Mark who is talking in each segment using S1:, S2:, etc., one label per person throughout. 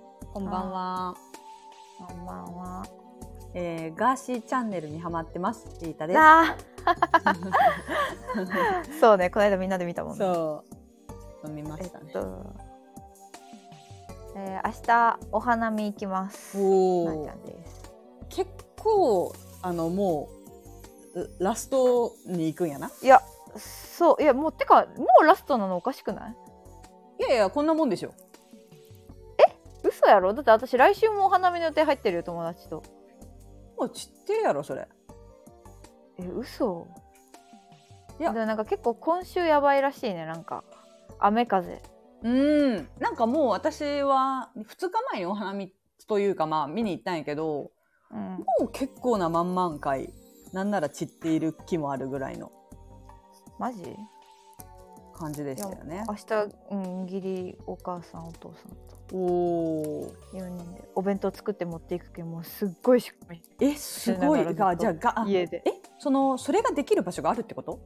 S1: んは。
S2: こんばんは。
S1: えー、ガーシーチャンネルにハマってます。ジータです。
S2: あ ーそうね、この間みんなで見たもんね。
S1: そう。飲みま
S2: え
S1: したね
S2: っ。と。えー、明日お花見行きます。
S1: お
S2: な
S1: ー
S2: んちゃんです。
S1: 結構あのもううラストに行くんやな。
S2: いや、そう、いや、もうてか、もうラストなのおかしくない。
S1: いやいやこんなもんでしょ。
S2: 嘘やろだって私来週もお花見の予定入ってるよ友達と
S1: もう知ってるやろそれ。
S2: え嘘
S1: い
S2: い
S1: や
S2: やでもなんか結構今週やばいらしいねなんか雨風
S1: うん。なんかもう私は2日前にお花見というかまあ見に行ったんやけど、
S2: うん
S1: もう結構な満々回。なんなら散っている木もあるぐらいの
S2: マジ
S1: 感じでしたよね。
S2: 明日、うん、義理お母さんお父さん
S1: おおー。
S2: と4人でお弁当作って持っていくけどもうすっごいしっかり
S1: えすごい
S2: しなが
S1: が
S2: らずっと
S1: じゃあがあ
S2: 家で
S1: えそのそれができる場所があるってこと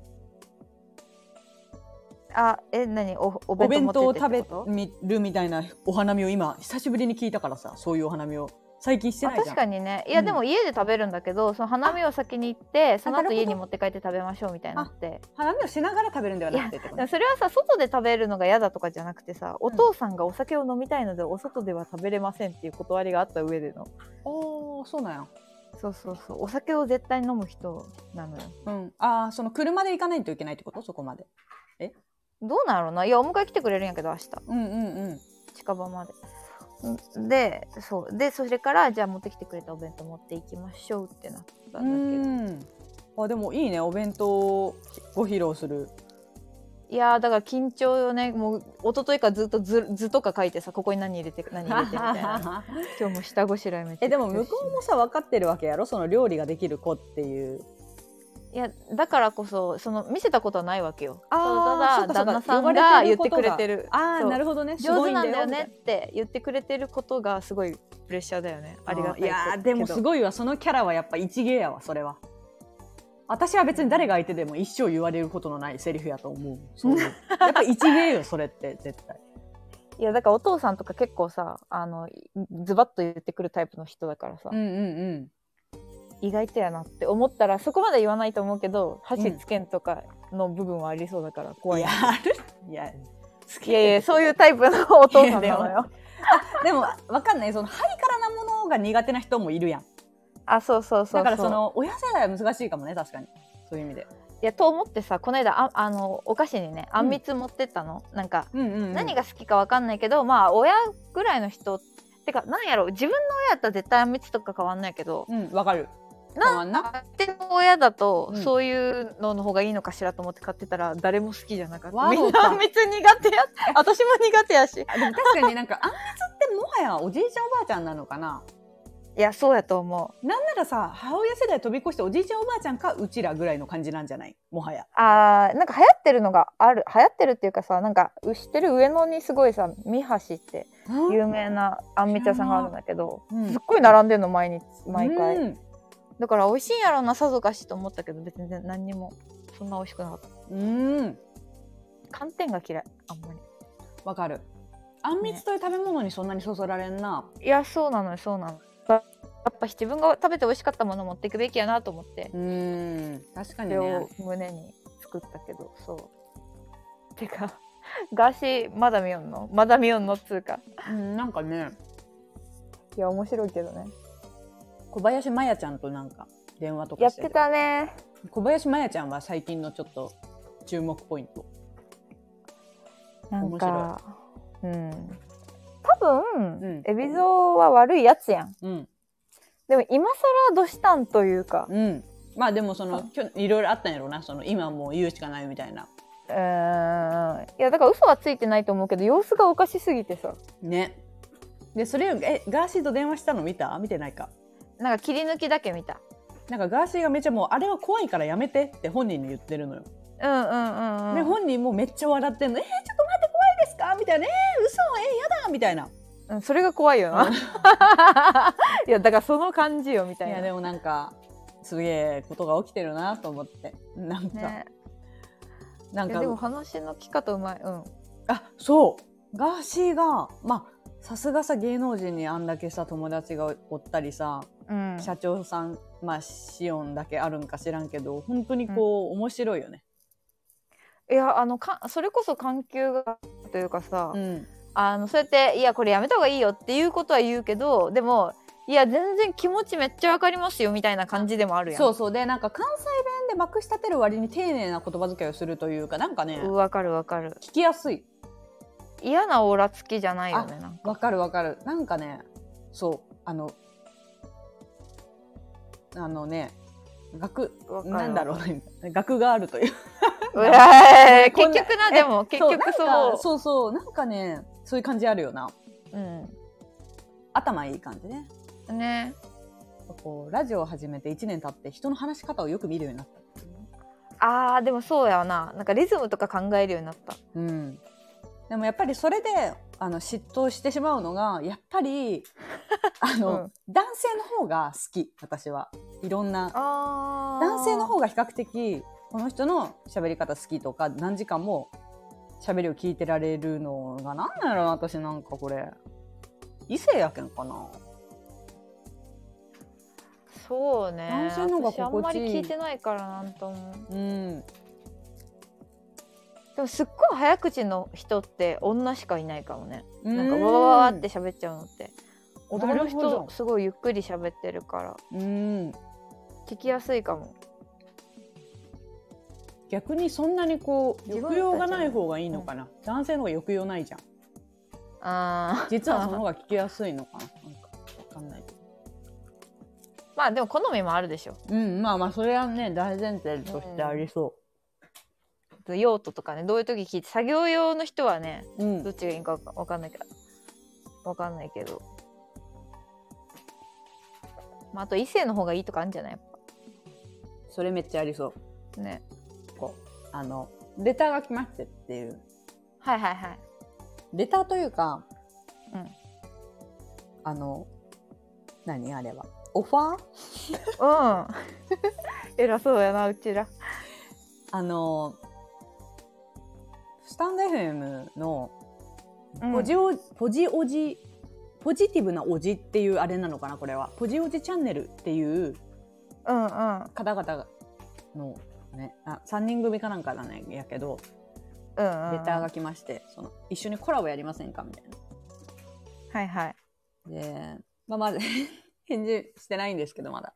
S2: あえ何おお
S1: お
S2: 弁当
S1: 弁
S2: 持
S1: 当を
S2: ってって
S1: 食
S2: って
S1: べ
S2: こと
S1: るみたいなお花見を今久しぶりに聞いたからさそういうお花見を最近して
S2: あ
S1: ないじゃ
S2: 確
S1: ん
S2: かにねいや、
S1: うん
S2: でも家で食べるんだけどその花見を先に行ってその
S1: あなる
S2: 後
S1: ほど
S2: 家に持って帰って食べましょうみたいになって
S1: 花見をしながら食べるんではなくてってこ
S2: で
S1: と
S2: もそれはさ外で食べるのが嫌だとかじゃなくてさ、お父さんがお酒を飲みたいのでお外では食べれませんっていう断りがあった上での
S1: おーそうなんや
S2: そうそうそうお酒を絶対飲む人なのよ
S1: うんあーその車で行かないといけないってことそこまで
S2: どうなんやろうないやお迎え来てくれるんやけど明日
S1: うんうんうん
S2: 近場までんでそうでそれからじゃあ持ってきてくれたお弁当持っていきましょうってなったんだけ
S1: う
S2: ど
S1: んあでもいいねお弁当をご披露する
S2: いやーだから緊張よねもう一昨日からずっと図図とか書いてさここに何入れて何入れてみたいな 今日も下ごしらえめっち ゃ
S1: えでも向こうもさ分かってるわけやろその料理ができる子っていう
S2: いやだからこそその見せたことはないわけよ
S1: あー
S2: ただただ旦那
S1: そ
S2: さ
S1: っかそっ
S2: ん
S1: か呼ばれ
S2: が
S1: て
S2: 言
S1: る
S2: っ
S1: こ
S2: て
S1: とが
S2: くれてる
S1: あ
S2: そ
S1: あ
S2: う
S1: なるほどねす
S2: 上
S1: ご
S2: 手
S1: いん
S2: な
S1: だ
S2: んだ
S1: よ
S2: よ
S1: みたい
S2: ねって言ってくれてることがすごいプレッシャーだよねありがたい
S1: いやーでもす
S2: い
S1: ごいわそのキャラはやっぱ一芸やわそれは私は別に誰が相手でも一生言われることのないセリフやと思う そういうやっぱ一芸よそれって絶対
S2: いやだからお父さんとか結構さあのいズバッと言ってくるタイプの人だからさ、
S1: うんうんうん
S2: 意外とやなって思ったらそこまで言わないと思うけど箸つけんとかの部分はありそうだから怖い、
S1: やるいや
S2: いやいやそういうタイプのお父さんなの
S1: いや
S2: よ
S1: でもわかんないそのハイカラなものが苦手な人もいるやん
S2: あそうそうそうう
S1: だからその親世代は難しいかもね確かにそういう意味で
S2: いやと思ってさこの間ああのお菓子にねあんみつ持ってったの、なんか
S1: うんうん、
S2: 何が好きかわかんないけど、まあ親ぐらいの人てかなんやろ自分の親やったら絶対あんみつとか変わんないけど
S1: うんわかる変わ
S2: なんん
S1: な
S2: か相手の親だと、
S1: うん
S2: そういうのの方がいいのかしらと思って買ってたら誰も好きじゃなかっ
S1: わ
S2: たみ
S1: そうんか
S2: なあんみつ苦手や私も苦手やし
S1: あでも確かになんかあんみつってもはやおじいちゃんおばあちゃんなのかない
S2: やそうやと思う
S1: なんならさ母親世代飛び越しておじいちゃんおばあちゃんかうちらぐらいの感じなんじゃないもはや
S2: あーなんか流行ってるのがある流行ってるっていうかさなんか知ってる上野にすごいさ三橋って有名なあんみつ屋さんがあるんだけど、
S1: うん
S2: すっごい並んでるの毎日毎回、
S1: うん
S2: だから美味しいんやろなさぞかしと思ったけど別に何にもそんな美味しくなかった
S1: うん
S2: 寒天が嫌いあんま
S1: わかるあんみつという食べ物にそんなにそそられんな、
S2: りいやそうなのよそうなのやっぱ自分が食べて美味しかったものを持っていくべきやなと思って
S1: うん確か
S2: そ
S1: に
S2: れ
S1: ね
S2: を胸に作ったけどそうてかガーシーまだ見よんのまだ見よんのっつうか
S1: うんなんかね
S2: いや面白いけどね
S1: 小林麻也ちゃんとなんか電話とか
S2: やっ
S1: して
S2: てたね
S1: 小林麻也ちゃんは最近のちょっと注目ポイント
S2: なんかうん多分、
S1: うん
S2: 海老蔵は悪いやつやん
S1: うん
S2: でも今更どしたんというか
S1: うんまあでもその
S2: あ
S1: きょいろいろあったんやろうなその今もう言うしかないみたいな
S2: うーんいやだから嘘はついてないと思うけど様子がおかしすぎてさ
S1: ねでそれよりえガーシーと電話したの見た見てないか
S2: なんか切り抜きだけ見た
S1: なんかガーシーがめっちゃもうあれは怖いからやめてって本人に言ってるのよ。
S2: うんうんうん、うん、
S1: で本人もめっちゃ笑ってんの「えー、ちょっと待って怖いですか?」みたいな「えー、嘘えー、やだ」みたいな。
S2: うんそれが 怖いよないやだからその感じよみた
S1: い
S2: いな
S1: やでもなんかすげえことが起きてるなと思ってなんか、
S2: ね
S1: なん
S2: いやでも
S1: か
S2: 話の聞き方うまいうん
S1: あそうガーシーがまあさすがさ芸能人にあんだけさ友達がおったりさ
S2: うん、
S1: 社長さんまあシオンだけあるんか知らんけど本当にこう、面白いよね。
S2: いやあのかそれこそ環境がというかさ、
S1: うん、
S2: あのそうやって「いやこれやめた方がいいよ」っていうことは言うけどでも「いや全然気持ちめっちゃわかりますよ」みたいな感じでもあるやん。
S1: そうそうでなんか関西弁でまくし立てる割に丁寧な言葉遣いをするというかなんかね
S2: うんわかるわかる
S1: 聞きやすい
S2: 嫌なオーラつきじゃないよねなんか
S1: わかるわかるなんかねそうあのあのね学
S2: わかる
S1: なんだろうね学があるという
S2: うわー
S1: こん
S2: 結
S1: な
S2: 局な
S1: え
S2: でも 結局
S1: そうなん
S2: そう
S1: かそうそうなんかねそういう感じあるよな頭いい感じね
S2: うんね
S1: こうラジオを始めて1年経って人の話し方をよく見るようになった
S2: あーでもそうやわななんかリズムとか考えるようになった
S1: うん、でもやっぱりそれであの嫉妬してしまうのがやっぱり あの、男性の方が好き私はいろんな
S2: あー
S1: 男性の方が比較的この人の喋り方好きとか何時間も喋りを聞いてられるのが何なんやろな私なんかこれ異性やけんかな
S2: そうね
S1: 男性の方が
S2: 私あんまり
S1: 心地いい
S2: 聞いてないからなんとも
S1: うん
S2: でもすっごい早口の人って女しかいないかもねなんか
S1: う
S2: わわわわって喋っちゃうのって
S1: な
S2: 男の
S1: るほど
S2: 人すごいゆっくり喋ってるから
S1: うん
S2: 聞きやすいかも
S1: 逆にそんなにこう
S2: 自分
S1: 抑揚がない方がいいのかな、男性の方が抑揚ないじゃん
S2: あー
S1: 実はその方が聞きやすいのかななんかわかんないけど
S2: まあでも好みもあるでしょ
S1: うんまあまあそれはね大前提としてありそ
S2: 用途とかねどういう時聞いて作業用の人はね
S1: う、うん
S2: どっちがいいかわかんないけどわかんないけど、まあ、あと異性の方がいいとかあるんじゃないやっ
S1: それめっちゃありそう
S2: ぱね
S1: こうあのレターが来ましてっていう
S2: はいはいはい
S1: レターというか、
S2: うん、
S1: あの何あれはオファー
S2: うん 偉そうやなうちら
S1: あのスタンド FM のポジオ、ポジおじポジティブなおじっていうあれなのかなこれはポジおじチャンネルっていう
S2: うんうん
S1: 方々のねあ3人組かなんかなんやけど
S2: うんうん
S1: レターが来ましてその一緒にコラボやりませんかみたい
S2: はいはい
S1: な。で、まあ、まず 返事してないんですけどまだ。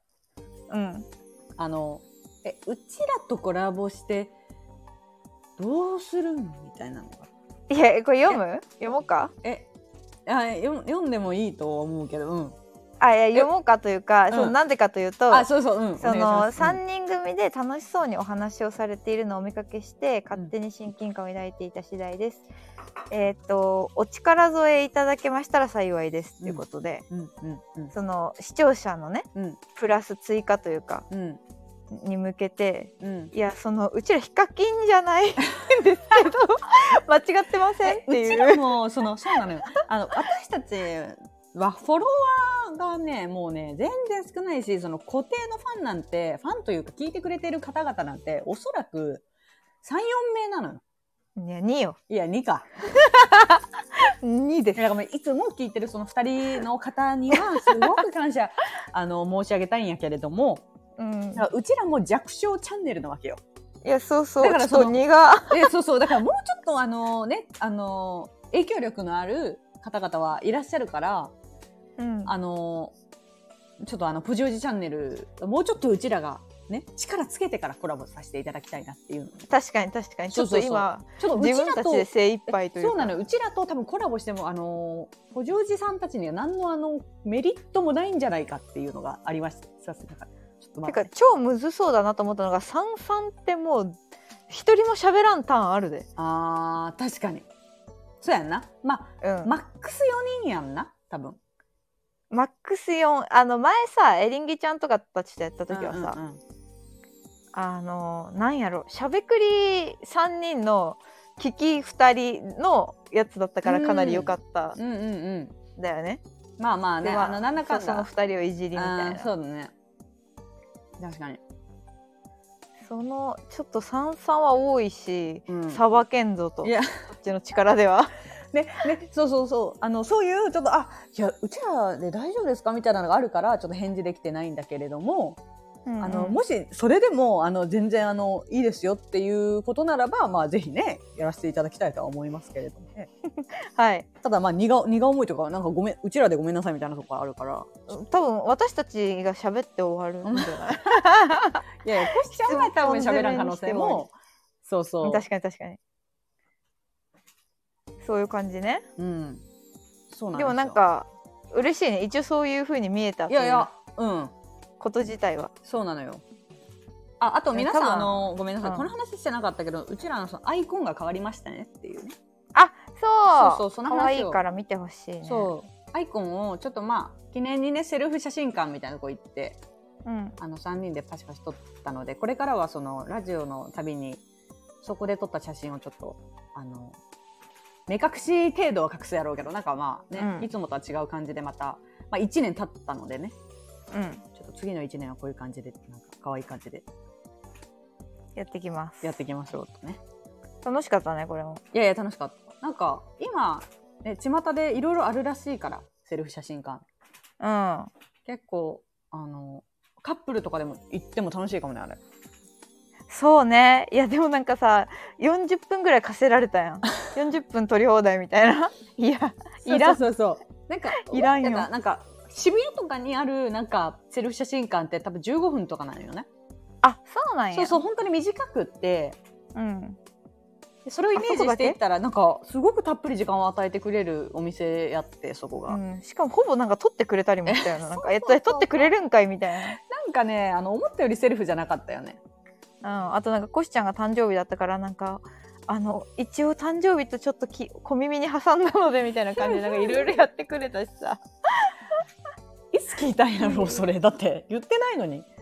S2: うん
S1: あのえうちらとコラボしてどうするんみたいなのが。
S2: いやこれ読む読もうか
S1: えあ読読んでもいいと思うけど、うん、
S2: あいや読もうかという
S1: う
S2: か
S1: ん
S2: そのなんでかというと、
S1: あそうそう、うん、
S2: そ
S1: お願
S2: の
S1: いしますうん
S2: 3人組で楽しそうにお話をされているのをお見かけして勝手に親近感を抱いていた次第です。えーっとお力添えいただけましたら幸いですということで、
S1: うんうんうん
S2: その視聴者のね
S1: うん
S2: プラス追加というか
S1: うん
S2: に向けて
S1: うん
S2: いやそのうちらヒカキンじゃないんですけど 間違ってませんっ
S1: え
S2: て
S1: うち
S2: い
S1: ら
S2: う。
S1: もそのそうなのよあの私たちはフォロワーがねもうね全然少ないしその固定のファンなんてファンというか聞いてくれてる方々なんておそらく34名なのよ
S2: いや2よ
S1: いや2か
S2: 2で
S1: い
S2: す。
S1: やだからもういつも聞いてるその2人の方にはすごく感謝あの申し上げたいんやけれども
S2: うん
S1: だからうちらも弱小チャンネルなわけよ
S2: いやそうそう
S1: だから
S2: ちょ
S1: そ
S2: っと
S1: の
S2: 2が
S1: えそうそうだからもうちょっとあのねあの影響力のある方々はいらっしゃるから
S2: うん
S1: あのちょっとあの、プジオジチャンネル、もうちょっとうちらが、ね、力つけてからコラボさせていただきたいなっていうのね
S2: 確かに確かにちょっと
S1: そうそうそう
S2: 今
S1: ちょっとうち
S2: 自
S1: ら
S2: 分たち
S1: と、
S2: で精一杯というか
S1: そうなのようちらと多分コラボしても、あのー、プジオジさんたちには何のあの、メリットもないんじゃないかっていうのがありました。さすがにちょっと
S2: て
S1: 待っ
S2: か
S1: て。
S2: 超むずそうだなと思ったのが三三ってもう一人も喋らんターンあるで。
S1: あー、確かに。そうやんな。ま
S2: うん
S1: あ、マックス4人やんな、多分。
S2: マックス4あの前さエリンギちゃんとかたちとやった時はさ、
S1: うんうんうん
S2: あのなんやろしゃべくり3人の聞き2人のやつだったからかなり良かった
S1: うんうんうん。
S2: んだよね。
S1: まあまあね、
S2: で
S1: あ
S2: ま
S1: の、なんだかんだ。
S2: そうその2人をいじりみたい
S1: あー
S2: な
S1: そ
S2: そう
S1: だね。確かに。
S2: のちょっと三三は多いし、
S1: うん
S2: さばけんぞと
S1: いや
S2: こっちの力では。
S1: ね、ね、そうそうそう、あの、そういう、ちょっと、あ、いや、うちらで大丈夫ですかみたいなのがあるから、ちょっと返事できてないんだけれども、
S2: うん
S1: あ
S2: う
S1: の、
S2: ん
S1: もし、それでも、あの、全然、あの、いいですよっていうことならば、まあ、ぜひね、やらせていただきたいとは思いますけれどもね。
S2: はい
S1: ただ、まあ、荷が、荷が重いとか、なんかごめん、うちらでごめんなさいみたいなところあるから、
S2: 多分私たちが喋って終わるんじゃない
S1: い やいや、コシちゃんは多分喋らん可能性も、そうそう。
S2: 確かに確かにそういう感じね
S1: うん。そうなん
S2: で
S1: よ
S2: もなん、か嬉しいね一応そういう風に見えた
S1: いやいや、うん。
S2: ということ自体は
S1: そうなのよ。あ、あと皆さ
S2: 多
S1: ん、
S2: 分
S1: あの、ごめんなさい、
S2: うん
S1: この話してなかったけど、うちらのそのアイコンが変わりましたねっていうね。
S2: あ
S1: そ
S2: そう
S1: そううその話を
S2: 可愛いから見てほしいね
S1: そう。アイコンをちょっとまあ、記念にね、セルフ写真館みたいなとこ行って、
S2: う、ん、
S1: あの、3人でパシパシ撮ったので、これからはその、ラジオのたびに、そこで撮った写真をちょっと、あの、目隠し程度は隠すやろうけど、なんかまあね、
S2: うん
S1: いつもとは違う感じでまた、まあ1年経ったのでね、
S2: うん、
S1: ちょっと次の1年はこういう感じで、なんか可愛い感じで
S2: やってきます
S1: やっていきましょうとね。
S2: 楽しかったねこれも
S1: いやいや楽しかったなんか今ね巷でいろいろあるらしいからセルフ写真館
S2: うん
S1: 結構あのカップルとかでも行っても楽しいかもねあれ
S2: そうねいやでもなんかさ40分ぐらい課せられたやん40分取り放題みたいない やいらん
S1: そうそうそうなんか
S2: いらんよ
S1: 思ってたなんか渋谷とかにあるなんかセルフ写真館って多分15分とかなのよね
S2: あそうなんや
S1: そうそう本当に短くって
S2: うん、
S1: でそれをイメージしていったらなんかすごくたっぷり時間を与えてくれるお店やってそこが、
S2: うん、しかもほぼなんか取ってくれたりもしたよ ななんかえっ
S1: そうそ
S2: と
S1: うそう
S2: 取ってくれるんかいみたい
S1: なんかねあの思ったよりセルフじゃなかったよね
S2: な、うん、あとなんかコシちゃんが誕生日だったからなんかあの一応誕生日とちょっとき小耳に挟んだのでみたいな感じでなんかいろいろやってくれたしさ
S1: いつ聞いたんやろうそれだって言ってないのに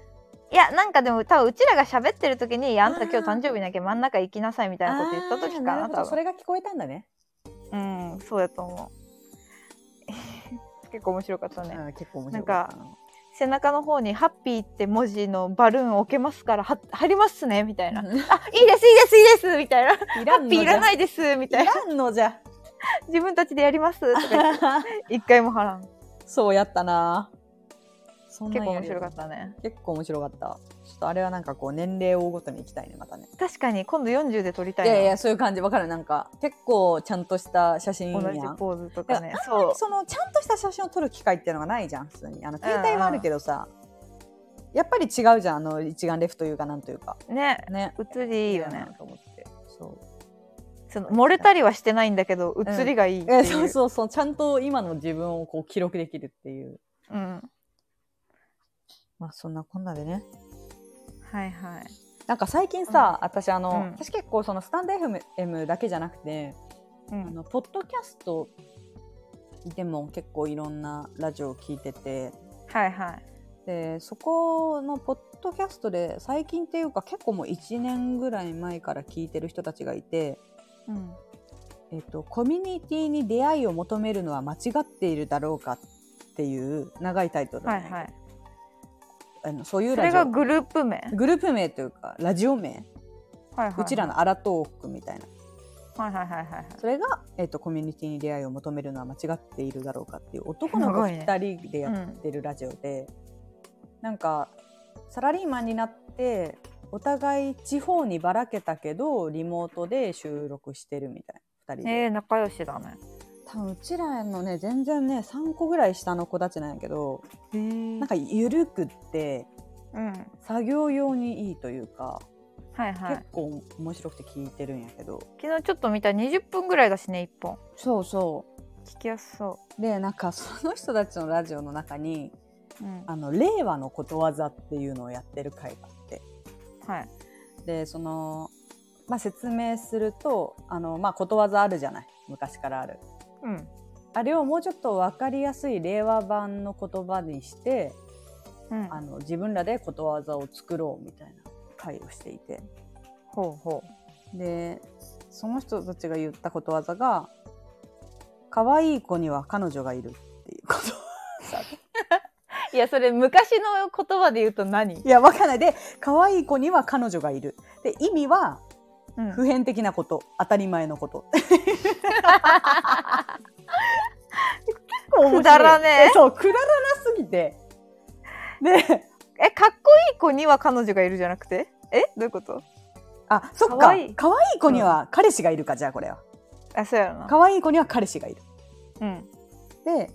S2: いやなんかでも多分うちらが喋ってる時にいや「あんた今日誕生日なきゃ真ん中行きなさい」みたいなこと言った時か
S1: あー
S2: な
S1: るほど
S2: 多
S1: そ
S2: 分
S1: れが聞こえたんだね。
S2: うんそうやと思う 結構面白かったね、
S1: うん結構面
S2: なん
S1: 白か
S2: か
S1: ったな。
S2: 背中の方に「ハッピー」って文字のバルーン置けますからは貼りますねみたいな「あいいですいいですいいです」みたいな
S1: うんい
S2: ハッピーいら
S1: い。
S2: ないですみたい
S1: い
S2: な
S1: らんのじゃ。
S2: 自分たちでやりますとか言って一回も払らん
S1: そうやったな。そんな
S2: 結
S1: ん
S2: 構
S1: や
S2: 面
S1: る
S2: 白かっ。たね
S1: 結構面白かった。ちょっとあれはなんかこう年齢を追うごとに行きたいねまたね。
S2: 確かに今度40で撮りた
S1: い
S2: いな
S1: やいやそういう感じわかるなんか結構ちゃんとした写真や
S2: 同
S1: ん。
S2: じポーズとかねそう
S1: そのちゃんとした写真を撮る機会っていうのがないじゃん普通にあの携帯はあるけどさ、やっぱり違うじゃんあの一眼レフというかなんというか
S2: ね
S1: ね
S2: 写りいいよね
S1: なと思ってそう
S2: その漏れたりはしてないんだけど写りがいいっていう,、
S1: えそうそうそうちゃんと今の自分をこう記録できるっていう
S2: うん
S1: まあそんなこんなでね
S2: はいはい
S1: なんか最近さ、私あの、
S2: うん
S1: 私結構そのスタンド FM だけじゃなくて、あ
S2: うん
S1: のポッドキャストでも結構いろんなラジオを聞いてて
S2: はいはい
S1: でそこのポッドキャストで最近っていうか結構もう1年ぐらい前から聞いてる人たちがいて、
S2: うん
S1: えっと、コミュニティに出会いを求めるのは間違っているだろうかっていう長いタイトルな
S2: は
S1: んだ
S2: い
S1: けど、
S2: はい
S1: あのそういう
S2: そ
S1: ラ
S2: れ
S1: ジオ
S2: がグループ名
S1: グループ名というかラジオ名
S2: はいはいう
S1: ちらのアラトークみたいな
S2: はいはいはいはいはい
S1: それが、えっとコミュニティに出会いを求めるのは間違っているだろうかっていう男の子
S2: すごいね
S1: 2人でやってるラジオで、なんかサラリーマンになってお互い地方にばらけたけどリモートで収録してるみたいな2人で、
S2: えー、仲良しだね
S1: 多分うちらのね全然ね3個ぐらい下の子たちなんやけど
S2: へえ
S1: なんか緩くって
S2: うん
S1: 作業用にいいというか、
S2: はいはい
S1: 結構面白くて聞いてるんやけど
S2: 昨日ちょっと見た20分ぐらいだしね1本
S1: そうそう
S2: 聞きやすそ
S1: でなんかその人たちのラジオの中に
S2: う、うん、
S1: あの令和のことわざっていうのをやってる回があって
S2: はい
S1: でその、まあ、説明するとあの、まあ、ことわざあるじゃない昔からある
S2: うん
S1: あれをもうちょっと分かりやすい令和版の言葉にして
S2: うん
S1: あの自分らでことわざを作ろうみたいな会をしていて
S2: ほうほ
S1: でその人たちが言ったことわざが「可愛い子には彼女がいる」っていうこと
S2: ういやそれ昔の言葉で言うと何
S1: いや、わかんない。で、可愛い子には彼女がいる。で、意味は、
S2: うん
S1: 普遍的なこと当たり前のこと結構面白い
S2: くだらねえ
S1: そうくだらなすぎてで
S2: えかっこいい子には彼女がいるじゃなくてえどういうこと
S1: あそっか
S2: か
S1: 可
S2: わ
S1: 愛
S2: い
S1: い
S2: い
S1: い子には彼氏がいるか、じゃあこれは
S2: あそうやろな
S1: 可愛いい子には彼氏がいる
S2: うん
S1: で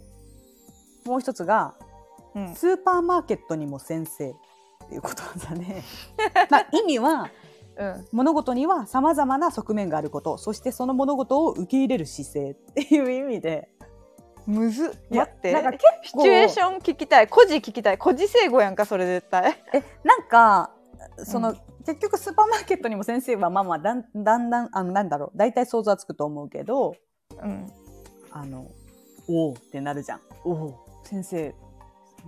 S1: もう一つが
S2: うん
S1: スーパーマーケットにも先生っていうことだね まあ意味は
S2: うん
S1: 物事にはさまざまな側面があることそしてその物事を受け入れる姿勢っていう意味で
S2: むず
S1: いや
S2: 待って
S1: なんか結
S2: シチュエーション聞きたい孤児聞きたい孤児生語やんかそれ絶対
S1: なんかその、
S2: うん
S1: 結局スーパーマーケットにも先生はまあまあだんだんだんあのなんだろう大体想像はつくと思うけど
S2: うん
S1: あのおおってなるじゃんおお先生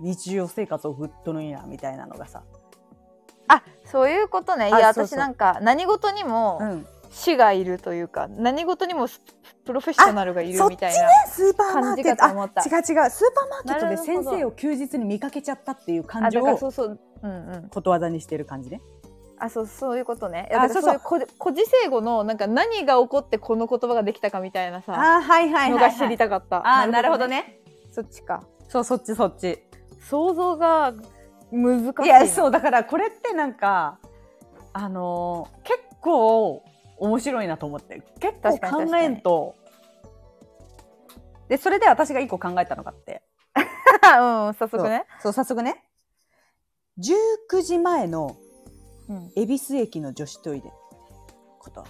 S1: 日常生活を振っとるんやみたいなのがさ、
S2: あそういうことねい
S1: あ
S2: や
S1: そう
S2: 私
S1: そう
S2: なんか何事にも
S1: うん、
S2: 死がいるというか何事にもスプロフェッショナルがいる
S1: あ
S2: みたい
S1: そ
S2: な
S1: スーパーマー
S2: 感
S1: ケ
S2: じ
S1: ッ
S2: か
S1: ト
S2: と
S1: あ
S2: 思った
S1: 違う違うスーパーマーケットで
S2: なるほ
S1: 先
S2: ど
S1: 生を休日に見かけちゃったっていう感
S2: あ
S1: 情
S2: だから
S1: を
S2: そうそううんうん
S1: ことわざにしてる感じね
S2: あそうそういうことね
S1: あ
S2: だから
S1: そう
S2: そ
S1: そう
S2: ういう孤児孤児生語のなんか何が起こってこの言葉ができたかみたいなさ
S1: あーはいはい
S2: の
S1: はい、は
S2: が知り
S1: い、
S2: たかった
S1: あーなるほど
S2: ね
S1: ね
S2: そっちか
S1: そうそっちそっち
S2: 想像が難しい
S1: いやそう うだからこれってなんかあのー結構面白いなと思って結構
S2: 確かに確
S1: 考
S2: か
S1: え
S2: に
S1: んとでそれで私が一個考えたのがあって
S2: うん早速ね
S1: そうそう早速ね19時前の
S2: うん
S1: 恵比寿駅の女子トイレこと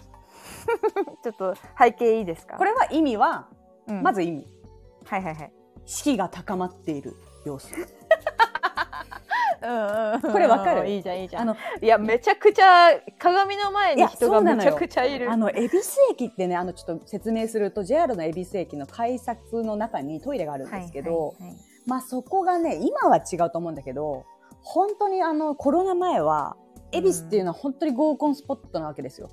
S2: ちょっと背景いいですか
S1: これは意味は、
S2: うん
S1: まず意味
S2: はいはいはい
S1: 士気が高まっている様子
S2: うんうん
S1: これわかる
S2: うんいいじゃんいいじゃん
S1: あの
S2: いやめちゃくちゃ鏡の前
S1: い
S2: に
S1: や
S2: 人
S1: そう
S2: が
S1: な
S2: め
S1: の
S2: ち
S1: よ
S2: ゃくちゃいる
S1: あの恵比寿駅ってねあのちょっと説明すると JR の恵比寿駅の改札の中にトイレがあるんですけど、
S2: はいはいはい
S1: まあそこがね今は違うと思うんだけど本当にあのコロナ前は恵比寿っていうのは本当に合コンスポットなわけですよ。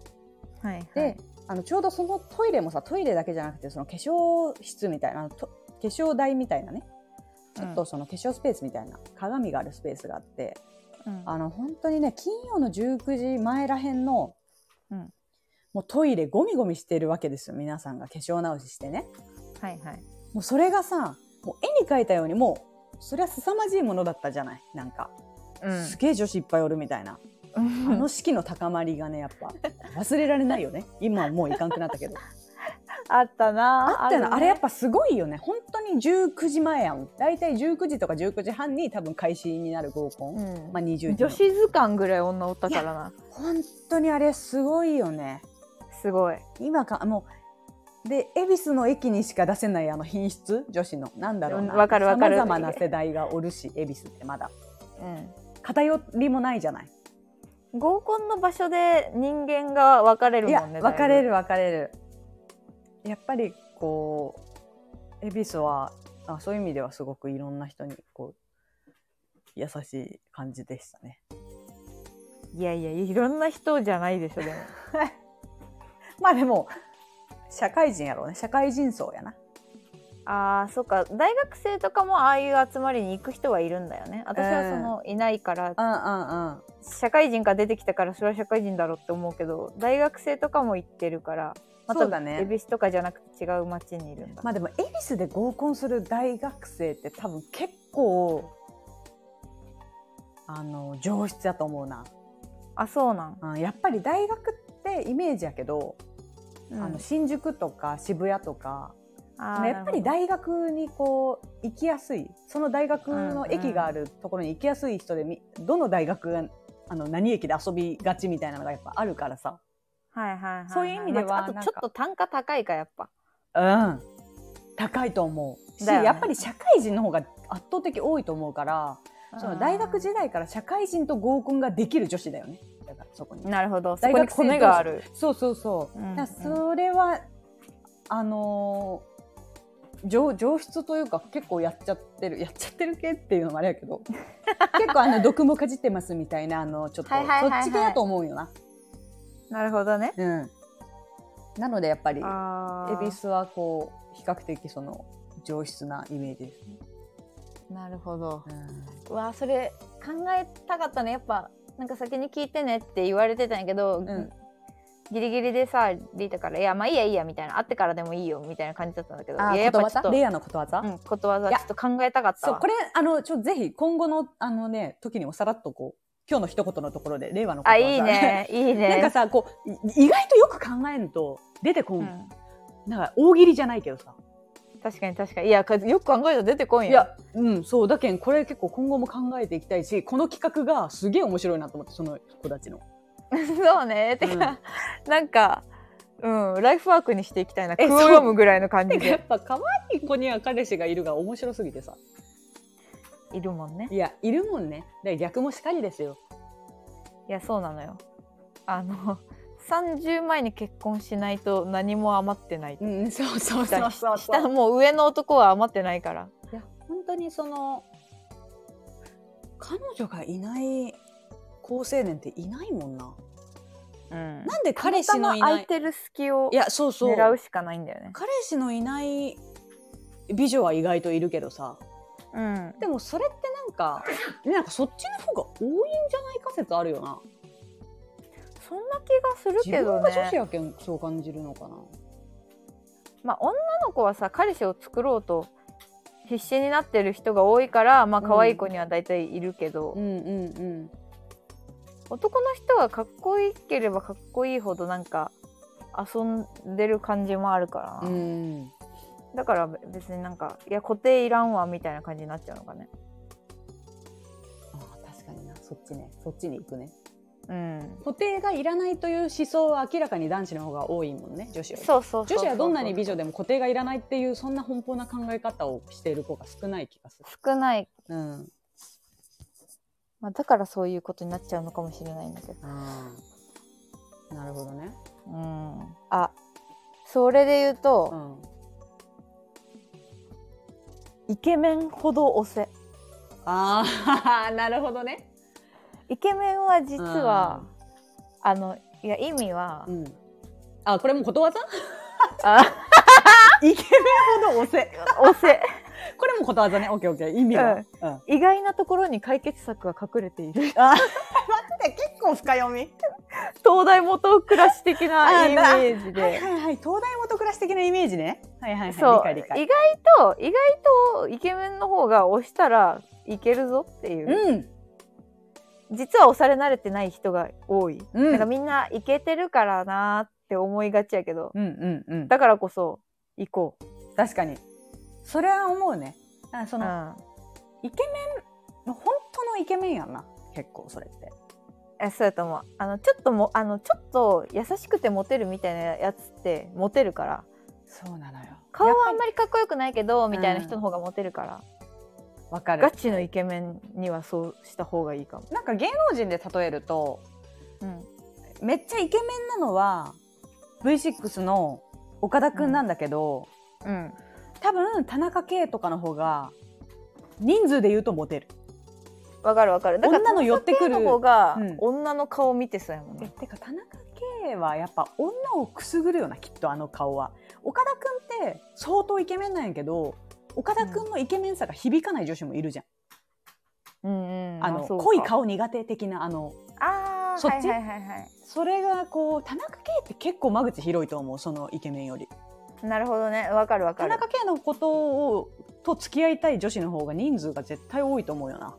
S2: はいはい、
S1: であのちょうどそのトイレもさトイレだけじゃなくてその化粧室みたいなあのと化粧台みたいなねちょっとその化粧スペースみたいな鏡があるスペースがあって
S2: うん、
S1: あの本当にね金曜の19時前らへんの、
S2: うん
S1: もうトイレゴミゴミしてるわけですよ皆さんが化粧直ししてね。
S2: はいはい
S1: もうそれがさもう絵に描いたようにもうそれは凄まじいものだったじゃないなんか、
S2: うん
S1: すげえ女子いっぱいおるみたいなあの士気の高まりがねやっぱ忘れられないよね今はもういかんくなったけど
S2: あったな
S1: あったよなあ,、
S2: るね
S1: れやっぱすごいよね本当に19時前やん大体19時とか19時半に多分開始になる合コン、
S2: うん
S1: まあ20時の
S2: 女子図鑑ぐらい女おったからな
S1: 本当にあれすごいよね
S2: すごい
S1: 今かもうで恵比寿の駅にしか出せないあの品質女子のなんだろうな
S2: うんわかるわかる
S1: さまざまな世代がおるし恵比寿ってまだ
S2: う
S1: 偏りもないじゃない。
S2: ん合コンの場所で人間が分かれる
S1: い
S2: も
S1: や
S2: んね
S1: 分かれる分かれる。やっぱりこう恵比寿はあそういう意味ではすごくいろんな人にこう優しい感じでしたね。
S2: だいぶいやいやいろんな人じゃないでしょでも
S1: まあでも社会人やろうね社会人層やな。
S2: あーそっか大学生とかもああいう集まりに行く人はいるんだよね私はその、いないから
S1: うんうんうん。
S2: 社会人から出てきたからそれは社会人だろうって思うけど大学生とかも行ってるからま
S1: そう
S2: た
S1: だね
S2: 恵比寿とかじゃなくて違う町にいるんだ、
S1: まあでも恵比寿で合コンする大学生って多分結構あの上質やと思うな、
S2: あそうなん、
S1: うん。やっぱり大学ってイメージやけど、
S2: うん
S1: あの新宿とか渋谷とか
S2: あ
S1: ま
S2: ー
S1: あやっぱり
S2: なる
S1: 大学にこう行きやすいその大学の駅があるところに行きやすい人でみ、どの大学があの何駅で遊びがちみたいなのがやっぱあるからさ
S2: ほどはいはいはい、は
S1: そういう意味では
S2: まああと
S1: なん
S2: ち
S1: か
S2: ょっと単価高いかやっぱ
S1: うん高いと思うし、
S2: だよね
S1: やっぱり社会人の方が圧倒的多いと思うからその大学
S2: 時
S1: 時代から社会人と合コンができる女子だよねだからそこに
S2: なるほどそ
S1: 大
S2: こに
S1: 学生
S2: 骨がある
S1: そうそうそう、
S2: うん
S1: だからそれはあのー上上質というか結構やっちゃってるやっちゃってる系っていうのもあれやけ ど結構あの毒もかじってますみたいなあのちょっと、
S2: はいはいはいはい
S1: そっち系だと思うよな
S2: なるほどね
S1: うんなのでやっぱり恵
S2: あー
S1: 比寿はこう比較的その上質なイメージですね、
S2: なるほど
S1: うん
S2: うわそれ考えたかったねやっぱなんか先に聞いてねって言われてたんやけど、
S1: ん
S2: ギリギリでさリータから「いやまあいいやいいや」みたいな「会ってからでもいいよ」みたいな感じだったんだけど
S1: あ
S2: いややっ
S1: こと
S2: ぱ
S1: わ
S2: ちょ
S1: ざ
S2: っと、
S1: レイヤーのことわざ、
S2: うん、ことわざ
S1: い
S2: ちょ
S1: や
S2: っと考えたかった
S1: そう
S2: わ
S1: これあのちょぜひ今後のあのね時におさらっとこう今日の一言のところで令和のこと
S2: あ
S1: わざ
S2: いいねいいね
S1: なんかさこうい意外とよく考えると出てこん、
S2: うん
S1: なんか大喜利じゃないけどさ
S2: 確かに確かにいやかよく考えたら出てこんよ
S1: いやうんそうだけんこれ結構今後も考えていきたいしこの企画がすげえ面白いなと思ってその子たちの
S2: そうねてか、なんかうんライフワークにしていきたいな句
S1: え
S2: を
S1: そう
S2: 読むぐらいの感じ
S1: てかやっ
S2: で
S1: ぱ可愛い子には彼氏がいるが面白すぎてさ
S2: いるもんね
S1: いやいるもんねだから逆もしかりですよ
S2: いやそうなのよあの30前に結婚しないと何も余ってない
S1: うんそうそう
S2: 下
S1: そうそうそう
S2: 下もう上の男は余ってないから
S1: いや本当にその彼女がいない高青年っていないもんな
S2: うん
S1: なんで彼氏のいな
S2: 空
S1: い
S2: いてる隙を
S1: いやそうそう
S2: 狙うしかないんだよね
S1: 彼氏のいない美女は意外といるけどさ
S2: うん
S1: でもそれってなんかなんかそっちの方が多いんじゃないか説あるよな
S2: そんな気がする
S1: 自
S2: けど
S1: 分が女子
S2: ね
S1: やけんそう感じるのかな
S2: まあ女の子はさ彼氏を作ろうと必死になってる人が多いからまあ可愛い子には大体いるけど、
S1: うんうんうん
S2: 男の人はかっこいいければかっこいいほどなんか遊んでる感じもあるからな、
S1: うん
S2: だから別になんかいや固定いらんわみたいな感じになっちゃうのかね
S1: あ確かになそっちねそっちに行くね
S2: うん
S1: 固定がいらないという思想は明らかに男子の方が多いもんね女子より
S2: そうそうそ
S1: 女
S2: う
S1: 子はどんなに美女
S2: で
S1: でも固定がいらないっていうそんな奔放な考え方をしている子が少ない気がする。
S2: 少ない、
S1: うん、
S2: まあ、だからそういうことになっちゃうのかもしれないんだけど
S1: あーなるほどね。
S2: うんあそれで言う
S1: う
S2: と、
S1: ん、
S2: イケメンほど押せ
S1: ああ なるほどね。
S2: イケメンは実は、あのいや意味は、
S1: うん、あこれもことわざ
S2: あ
S1: イケメンほど押せ。
S2: 押せ
S1: これもことわざね。オッケーオッケー意味は。
S2: うん
S1: うんあ
S2: 意外なところに解決策は隠れている
S1: 待って結構深読み。
S2: 東大元暮らし的な
S1: あ
S2: イメ
S1: な
S2: ー
S1: は
S2: ジ
S1: い
S2: で
S1: はいはい東大元暮らし的なイメージね。はいはいはい。
S2: そう
S1: 理解
S2: 意外
S1: 理解。
S2: と意外とイケメンの方が押したらいけるぞっていう
S1: うん
S2: 実は押され慣れてない人が多い、
S1: うん
S2: なんかみんなイケてるからなーって思いがちやけど
S1: うんうんうん。
S2: だからこそ行こう、
S1: 確かにそれは思うね。あそうの、
S2: ん、
S1: イケメン本当のイケメンやんな結構それって
S2: えそうやと思うあのちょっともあのちょっと優しくてモテるみたいなやつってモテるから
S1: そうなのよ
S2: 顔はあん
S1: やっ
S2: まりかっこよくないけどみたいな
S1: うん
S2: 人の方がモテるから、
S1: ぱりわか
S2: ガ
S1: る
S2: チのイケメンにはそうした方がいいかも、
S1: なんか芸能人で例えると
S2: うん、
S1: めっちゃイケメンなのは V6 の岡田くんなんだけど、
S2: うん
S1: 多分田中圭とかの方が人数で言うとモテる
S2: わかるわかるだから
S1: 女の寄ってくる
S2: 田中圭の方が
S1: うん
S2: 女の顔見てそうやもん
S1: え
S2: ね、
S1: てか田中圭はやっぱ女をくすぐるよなきっとあの顔は岡田くんって相当イケメンなんやけど岡田くんのイケメンさが響かない女子もいるじゃん、
S2: うんうん、
S1: あ
S2: ま
S1: の
S2: そうか
S1: 濃い顔苦手的なあの
S2: あー
S1: そっち
S2: はいはいはいは
S1: それがこう田中圭って結構間口広いと思うそのイケメンより
S2: いなるほどねわかるわ
S1: 田
S2: かる
S1: 中圭のことをと付き合いたい女子の方が人数が絶対多いと思うよな、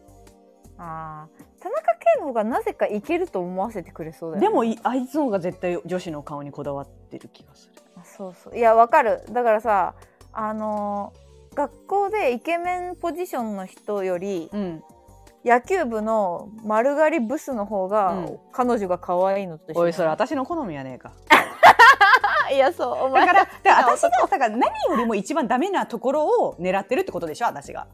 S2: あー田中圭の方がなぜかイケると思わせてくれそうだよ、ね、
S1: でもいあいつの方が絶対女子の顔にこだわってる気がする
S2: そうそういやわかるだからさあのー学校でイケメンポジションの人より
S1: うん
S2: 野球部の丸刈りブスの方が、
S1: うん
S2: 彼女が可愛いのと一緒
S1: おいそれ私の好みやねえ か
S2: あいやそうお
S1: だ
S2: 前
S1: からだから私がだから何よりも一番ダメなところを狙ってるってことでしょ私が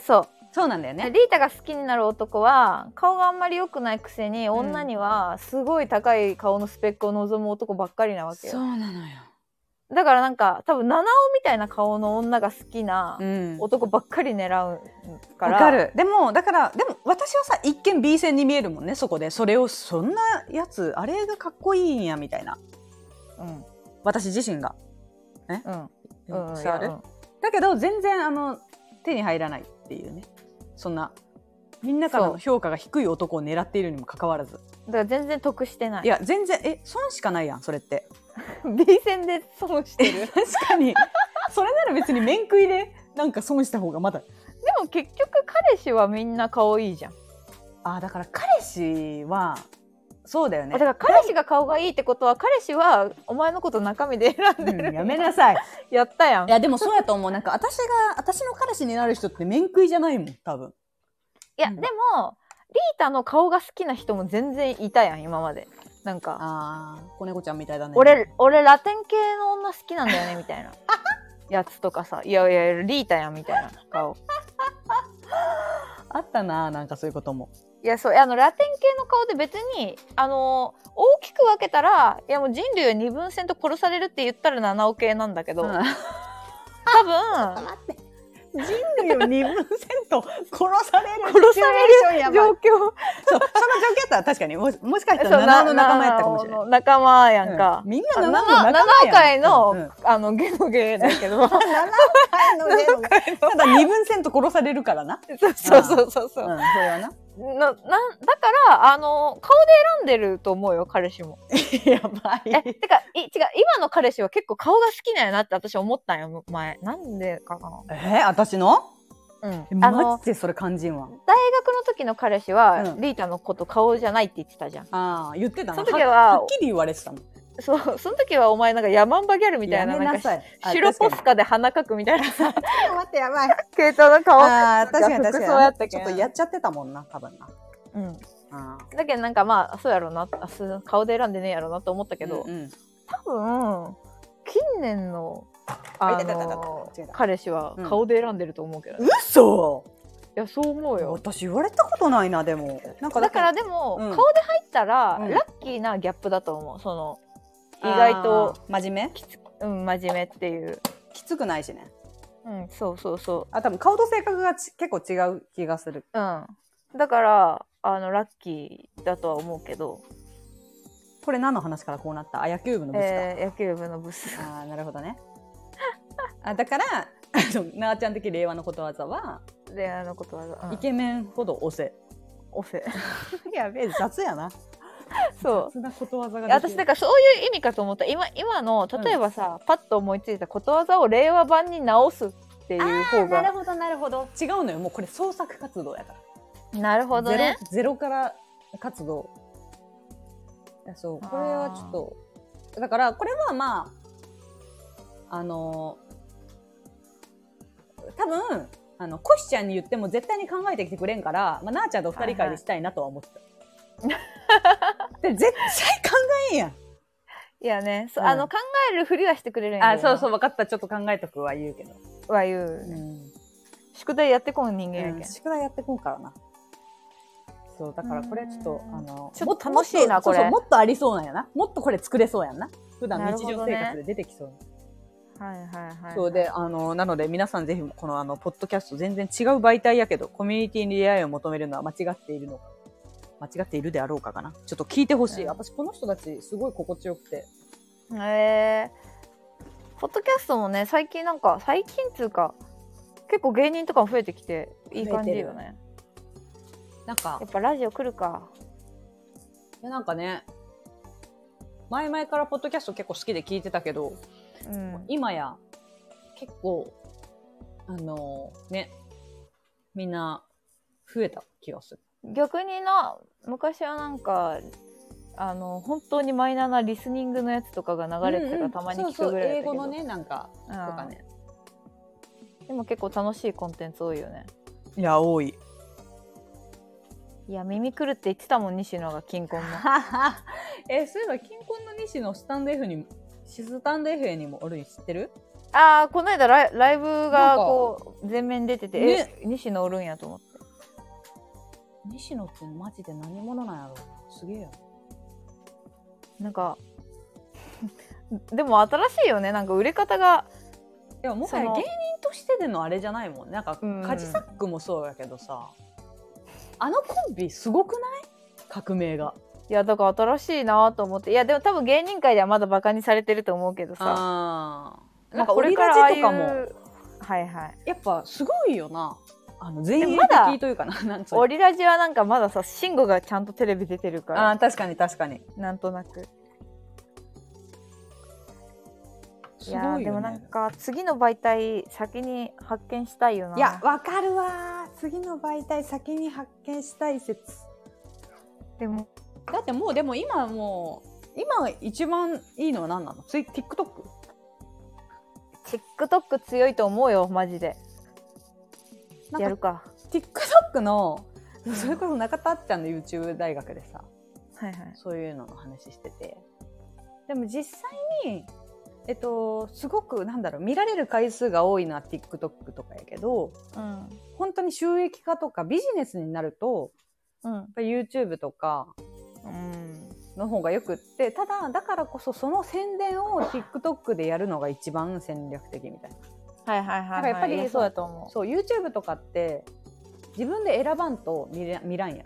S2: そう
S1: そうなんだよ
S2: リータが好きになる男は顔があんまり良くないくせに女にはすごい高い顔のスペックを望む男ばっかりなわけ
S1: そ
S2: よ
S1: うなのよ
S2: だからなんか多分七尾みたいな顔の女が好きな
S1: うん
S2: 男ばっかり狙うから、
S1: わかるでもだからでも私はさ一見 B 線に見えるもんねそこでそれをそんなやつあれがかっこいいんやみたいな
S2: うん
S1: 私自身が
S2: うんうんうんい
S1: さ
S2: や
S1: あれ
S2: うん
S1: だけど全然あの手に入らないっていうねそんなみんなからの評価が低い男を狙っているにもかかわらず
S2: だから全然得してない
S1: いや全然え損しかないやんそれって
S2: B 線で損して る
S1: 確かにそれなら別に面食いでなんか損した方がまだ
S2: でも結局彼氏はみんな顔いいじゃん、
S1: あだから彼氏はそうだよね
S2: だから彼氏が顔がいいってことは彼氏はお前のこと中身で 選んでる、
S1: うんやめなさい
S2: やったやん
S1: いやでもそうやと思うなんか私が私の彼氏になる人って面食いじゃないもん多分
S2: いや、
S1: うん
S2: でもリータの顔が好きな人も全然いたやん今までなんか
S1: ああ子猫ちゃんみたいだね
S2: 俺俺ラテン系の女好きなんだよね みたいなやつとかさいやいやリータやんみたいな顔
S1: あったななんかそういうことも
S2: いやそうあのラテン系の顔で別にあの大きく分けたらいやもう人類は二分線と殺されるって言ったら七尾系なんだけど、
S1: うん
S2: 多分
S1: 待って人類を二分線と殺される
S2: 殺さ
S1: シチュエーションや
S2: れる
S1: ばい
S2: 状況
S1: そうその状況やったら確かにもしもしかした
S2: そう
S1: ら七尾の仲間やったかもしれない
S2: な仲間や
S1: うんん
S2: か、
S1: みん
S2: あ
S1: な
S2: 七
S1: 七
S2: 尾
S1: 尾の仲間やん
S2: 回の、
S1: うんうん
S2: あのゲのゲだ けど
S1: 七回の芸能界ただ二分線と殺されるからな。、
S2: そうそうそうそうそううん
S1: それはな。
S2: ななんだからあの顔で選んでると思うよ彼氏も。
S1: や ば
S2: えてかい違う今の彼氏は結構顔が好きなんやなって私思ったんよ前なんでかな。
S1: えー、私の
S2: うん、あ
S1: マ
S2: の
S1: ジでそれ肝心は。
S2: 大学の時の彼氏は、
S1: うん
S2: リータのこと顔じゃないって言ってたじゃん。
S1: ああ、言ってたな
S2: その時は
S1: っきり言われてたもん。
S2: そうその時はお前なんかヤマンバギャルみたいな
S1: やめ
S2: なん
S1: な
S2: か
S1: さい。あ
S2: 白ポス。カで鼻かくみ たいなさ
S1: 確かに待って、やばい。
S2: 系統の顔。
S1: ああ、確かに確かに。
S2: そうやったけ
S1: ち
S2: ん
S1: ょっとやっちゃってたもんな、多分な。
S2: うん、
S1: あ
S2: だけどなんかまあそうやろうなあそう顔で選んでねえやろうなと思った
S1: け
S2: けど、
S1: うんうん
S2: 多分近年の
S1: あ
S2: あ
S1: いたいたいたい
S2: の
S1: た違う
S2: 彼氏は
S1: うん
S2: 顔で選んでると思うけどね、い
S1: 嘘
S2: やそう思うよ
S1: 私言われたことないな、でも。なんか
S2: だから、でも、
S1: うん
S2: 顔で入ったら、
S1: うん
S2: ラッキーなギャップだと思うその意外と、
S1: あー真面目
S2: うん、真面目っていう、
S1: きつくないしね。
S2: うん、そうそうそ
S1: あ、多分顔と性格がち結構違う気がする。
S2: う、うん、だからあのラッキーだとは思うけど、
S1: これ何の話からこうなったあ野球部の部スか、
S2: えー野球部のブス
S1: ああなるほどね あだからあのなあちゃん的令和のことわざは、
S2: 恋愛のことは、うん、
S1: イケメンほど押せ
S2: おせ
S1: やべえ雑やな
S2: そう
S1: 雑なこと わざが
S2: 私だからそういう意味かと思った今今の例えばさ、パッと思いついたことわざを令和版に直すっていう方が
S1: ほどなるほど違うのよもうこれ創作活動やから
S2: なるほどね
S1: ゼロゼロから活動いやそうこれはちょっとだからこれはまああの多分あのコシちゃんに言っても絶対に考えてきてくれんから、まあ、なあちゃんと二人会でしたいなとは思ってた。で絶対考えんやん。
S2: いやね、そう
S1: うん
S2: あの考えるふりはしてくれるん や
S1: あ
S2: け
S1: そ
S2: どな
S1: うそう分かったちょっと考えとくは言うけど、
S2: は言うね、
S1: ん
S2: 宿題やってこん人間やけん、
S1: 宿題やってこうからな。そうだからこれちょっと
S2: うん
S1: あの
S2: ちょっと
S1: もと
S2: 楽しいな
S1: もっと
S2: これ
S1: そうそうもっとありそうなんやなもっとこれ作れそうやんな普段
S2: なる
S1: 日
S2: ほど
S1: 常
S2: ね
S1: 生活で出てきそうな
S2: はいはいはい
S1: そうであのなので皆さんぜひこのあのポッドキャスト全然違う媒体やけどコミュニティに出会いを求めるのは間違っているのか間違っているであろうかかなちょっと聞いてほしい、
S2: うん
S1: 私この人たちすごい心地よくて
S2: えー、ポッドキャストもね最近なんか最近っつうか結構芸人とかも増えてきていい感じよね
S1: なんか
S2: やっぱラジオ来るか
S1: いやなんかね前々からポッドキャスト結構好きで聞いてたけど
S2: うん
S1: 今や結構あのねみんな増えた気がする
S2: 逆にな昔はなんかあの本当にマイナーなリスニングのやつとかが流れてたからたまに聞くぐら
S1: そうそう英
S2: いだったけど、
S1: 語のねなんか
S2: うん
S1: とかね
S2: でも結構楽しいコンテンツ多いよね
S1: いや多い
S2: いや耳くるって言ってたもん西野が金婚の
S1: えそういえば金婚の西のスタンド F にスタンド F にもおるん知ってる
S2: ああこの間ライライブ
S1: な
S2: が
S1: んか
S2: こう全面に出てて、
S1: ね
S2: え西野おるんやと思って
S1: 西野ってマジで何者なんやろすげえや
S2: なんか でも新しいよねなんか売れ方が
S1: いやもはや
S2: その
S1: 芸人としてでのあれじゃないもんなんか
S2: うん
S1: カジサックもそうやけどさあのコンビすごくない革命が
S2: いやだから新しいなと思っていやでも多分芸人界ではまだバカにされてると思うけどさ
S1: あーな
S2: まあ
S1: んか
S2: こ
S1: オ
S2: れ
S1: リ
S2: か
S1: ラ
S2: らああい
S1: ジ
S2: う
S1: とかも
S2: はいはい
S1: やっぱすごいよなあの全
S2: で
S1: 員
S2: まだ
S1: 的というかななんつうの
S2: オリラジはなんかまださ慎吾がちゃんとテレビ出てるから
S1: あー確かに確かに
S2: なんとなくい
S1: す
S2: や
S1: ご
S2: ー
S1: い
S2: でも
S1: よ
S2: なん
S1: ね
S2: か次の媒体先に発見したいよない
S1: やわかるわー次の媒体先に発見したい説
S2: でも
S1: だってもうでも今もう今一番いいのは何なのツイ TikTok?
S2: TikTok 強いと思うよマジで
S1: なんか
S2: やるか
S1: TikTok のそれこそ中田あっちゃんの YouTube 大学でさ
S2: はいはい
S1: そういうのの話しててでも実際にえっとすごくなんだろう見られる回数が多いのは TikTok とかやけど
S2: うん
S1: 本当に収益化とかビジネスになると
S2: うん
S1: やっぱ YouTube とか
S2: うん
S1: の方がよくってただだからこそその宣伝を TikTok でやるのが一番戦略的みたいな。
S2: はいは
S1: なん
S2: いはい、
S1: か
S2: はい、
S1: やっぱり
S2: いそうだと思
S1: そう YouTube とかって自分で選ばんと見れ見らんやん
S2: う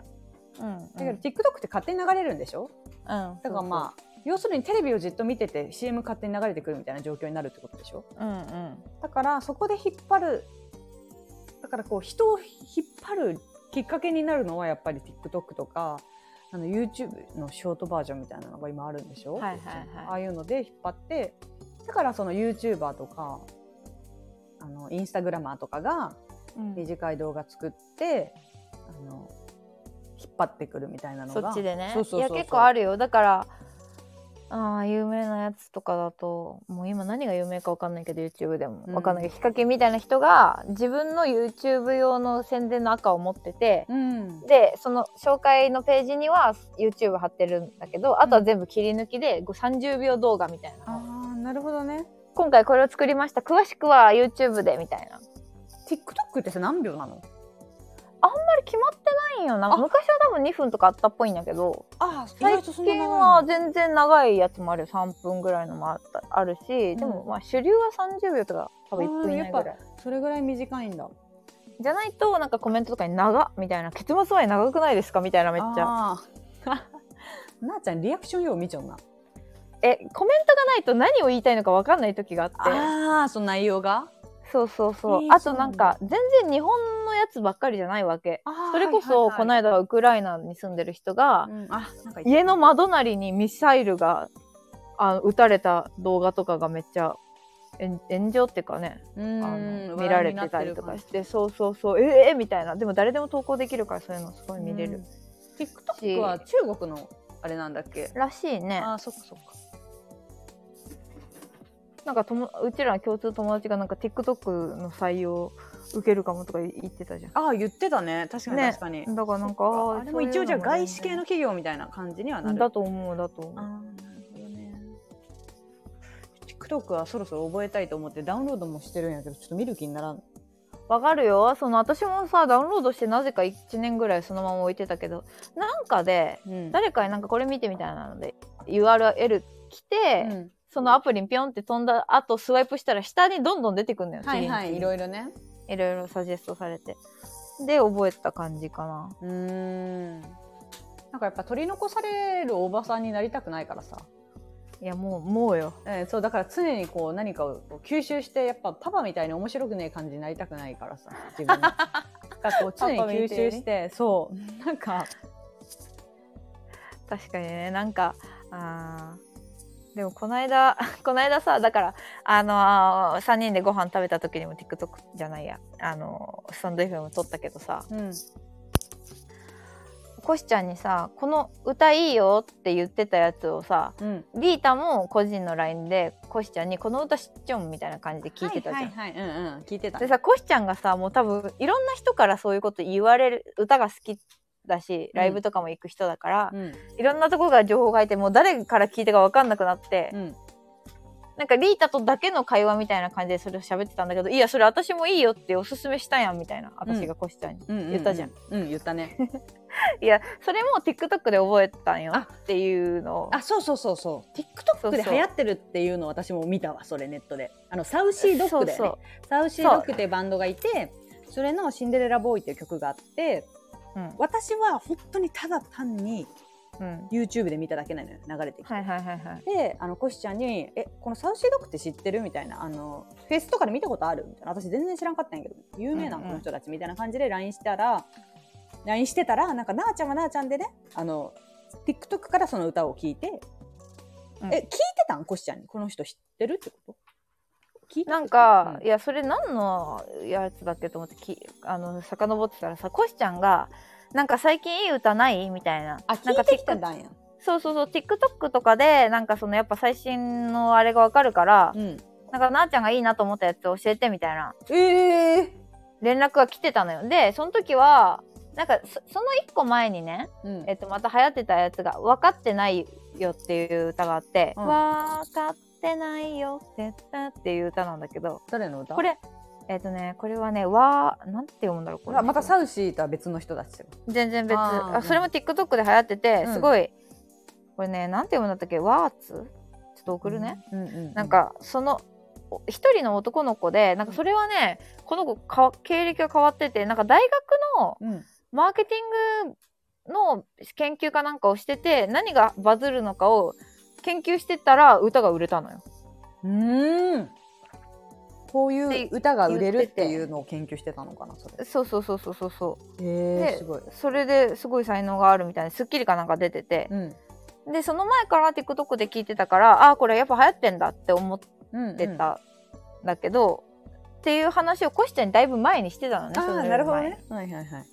S2: うん
S1: だけど TikTok って勝手に流れるんでしょ
S2: うん
S1: だからまあ要するにテレビをじっと見てて CM 勝手に流れてくるみたいな状況になるってことでしょ
S2: あうんうん
S1: だからそこで引っ張るだからこう人を引っ張るきっかけになるのはやっぱり TikTok とかあの YouTube のショートバージョンみたいなのが今あるんでしょ、
S2: はいはいはい
S1: ああいうので引っ張ってだからその YouTuber とかあのインスタグラマーとかが
S2: うん
S1: 短い動画作ってあの引っ張ってくるみたいなの
S2: そ
S1: が
S2: っちでね
S1: そうそうそうそう
S2: や結構あ
S1: る
S2: るよだからああ有名なやつとかだともう今何が有名かわかんないけど YouTube でも
S1: うん
S2: わかんないけど、ヒカキンみたいな人が自分の YouTube 用の宣伝の赤を持ってて、
S1: うん
S2: でその紹介のページには YouTube 貼ってるんだけどあとは全部切り抜きでご30秒動画みたいなの、
S1: ああなるほどね
S2: 今回これを作りました詳しくは YouTube でみたいな
S1: TikTok ってさ何秒なの
S2: あれ決まってないんよな
S1: あ
S2: 昔は多分2分とかあったっぽいんだけど
S1: ああ
S2: 最近は全然長いやつもあるよ3分ぐらいのもあったあるし、でもまあ主流は30秒とか多分1分以内ぐらい
S1: それぐらい短いんだ
S2: じゃないとなんかコメントとかに「長っ」みたいな「結末まで長くないですか?」みたいなめっちゃ
S1: あー なあちゃんリアクションよう見ちゃうな
S2: えコメントがないと何を言いたいのか分かんない時があって
S1: ああその内容が
S2: そうそうそう、
S1: えー
S2: あとなんか全然日本のやつばっかりじゃないわけそ
S1: そ
S2: れこそこの
S1: い
S2: 間はウクライナに住んでる人が
S1: うんあなんか
S2: 家の窓なりにミサイルがあ撃たれた動画とかがめっちゃ炎炎上っていうかね
S1: う
S2: あ
S1: ー
S2: の
S1: ん
S2: 見られてたりとかしてそうそうそうええみたいなでも誰でも投稿できるからそういうのすごい見れる、
S1: うん TikTok は中国のあれなんだっけ
S2: らしいね
S1: ああそっかそっか
S2: なんかともうちらの共通の友達がなんか TikTok の採用受けるかもとか言ってたじゃん
S1: ああ言ってたね確かに
S2: ね
S1: 確かに、
S2: だからなんか
S1: あ
S2: ー
S1: あれも一応じゃあ
S2: そういうのも
S1: 外資系の企業みたいな感じにはなる
S2: だと思うだと思う
S1: あーなるほどね TikTok はそろそろ覚えたいと思ってダウンロードもしてるんやけどちょっと見る気にならん
S2: わかるよその私もさダウンロードしてなぜか1年ぐらいそのまま置いてたけどなんかで
S1: うん
S2: 誰かになんかこれ見てみたいなので URL 来て、
S1: うん
S2: そのアプリにピョンって飛んだ後スワイプしたら下にどんどん出てくるのよ、
S1: はいは
S2: 次
S1: い
S2: に
S1: いろいろね
S2: いろいろサジェストされてで覚えた感じかな
S1: うーんなんかやっぱ取り残されるおばさんになりたくないからさ、
S2: いやもうもうよ
S1: えーそうだから常にこう何かをこう吸収してやっぱパパみたいに面白くねえ感じになりたくないからさ自 分がだからこう常に
S2: パパみたいに
S1: 吸収してそうなんか
S2: 確かにねなんかあーでもこの間 この間さだからあの3人でご飯食べた時にも TikTok じゃないやあのスタンド FM 撮ったけどさ
S1: うん
S2: コシちゃんにさ「この歌いいよ」って言ってたやつをさ
S1: うん
S2: リータも個人の LINE でコシちゃんに「この歌知っちょん」みたいな感じで聞いてたじゃん。
S1: はいはい、はい、うんうん聞いてた
S2: でさコシちゃんがさもう多分いろんな人からそういうこと言われる歌が好きだしライブとかも行く人だから、
S1: うん
S2: いろんなとこから情報が入ってもう誰から聞いたか分かんなくなって、
S1: うん
S2: なんかリータとだけの会話みたいな感じでそれを喋ってたんだけど「いやそれ私もいいよ」っておすすめしたやんみたいな私がコシちゃんに、
S1: うんうんうん
S2: 言ったじゃん
S1: うん言ったね
S2: いやそれも TikTok で覚えたんよ
S1: あ
S2: っていうのを
S1: あそうそうそうそう TikTok で流行ってるっていうのを私も見たわそれネットであのサウシードッグで、ね、
S2: そう
S1: サウシードッグっていうバンドがいてそれの「シンデレラボーイ」っていう曲があって
S2: そう、うん
S1: 私は本当にただ単に
S2: うん。
S1: YouTube で見ただけなのよ流れてきて、
S2: はいはいはいはい。
S1: であのコシちゃんに「えこのサウシードッグって知ってる?」みたいなあの「フェスとかで見たことある?」みたいな私全然知らんかったんやけど有名な
S2: うん
S1: こ
S2: うん
S1: の人たちみたいな感じで LINE したら LINE してたらなんかなあちゃんはなあちゃんでねあの TikTok からその歌を聞いて「
S2: うん
S1: え聞いてたんコシちゃんにこの人知ってる?」ってこと聞いてた
S2: なんか、
S1: うん
S2: いやそれ何のやつだっけと思ってきあの遡ってたらさコシちゃんが「なんか最近いい歌ない?」みたいな
S1: あ
S2: な
S1: 聞
S2: んか
S1: いてきたん
S2: TikTok
S1: だんや
S2: そうそうそう TikTok とかでなんかそのやっぱ最新のあれがわかるから、
S1: うん
S2: なんかなーちゃんがいいなと思ったやつ教えてみたいな
S1: ええ
S2: 連絡が来てたのよでその時はなんかそその1個前にね、
S1: うん
S2: えっと、また流行ってたやつが「分かってないよ」っていう歌があって「
S1: うん
S2: 分かってないよ」ってっていう歌なんだけど
S1: 誰の歌
S2: これえっ、とねこれはねわーなんて読むんだろうこれ
S1: あまたサウシーとは別の人たちよ
S2: 全然別
S1: あ
S2: あ
S1: ー
S2: それも TikTok で流行ってて、
S1: うん
S2: すごいこれねなんて読むんだったっけワーツちょっと送るね、、
S1: うんうんうん
S2: なんかそのお一人の男の子でなんかそれはねこの子か経歴が変わっててなんか大学の
S1: うん
S2: マーケティングの研究かなんかをしてて何がバズるのかを研究してたら歌が売れたのよ。
S1: うーん。こういう歌が売れるってい
S2: 言って
S1: うのを研究してたのかな、それ。
S2: そうそうそうそうそうそ
S1: へ
S2: で
S1: え、すごい。
S2: うそれですごい才能があるみたいな『スッキリ』かなんか出てて、
S1: うん。
S2: でその前から TikTok で聞いてたからああーこれやっぱ流行ってんだって思っ
S1: うん
S2: て。たんだけど、っていう話をコシちゃんにだいぶ前にしてたのね
S1: あ
S2: それよ
S1: あ、
S2: り
S1: なるほどね。はいはいはい。
S2: 前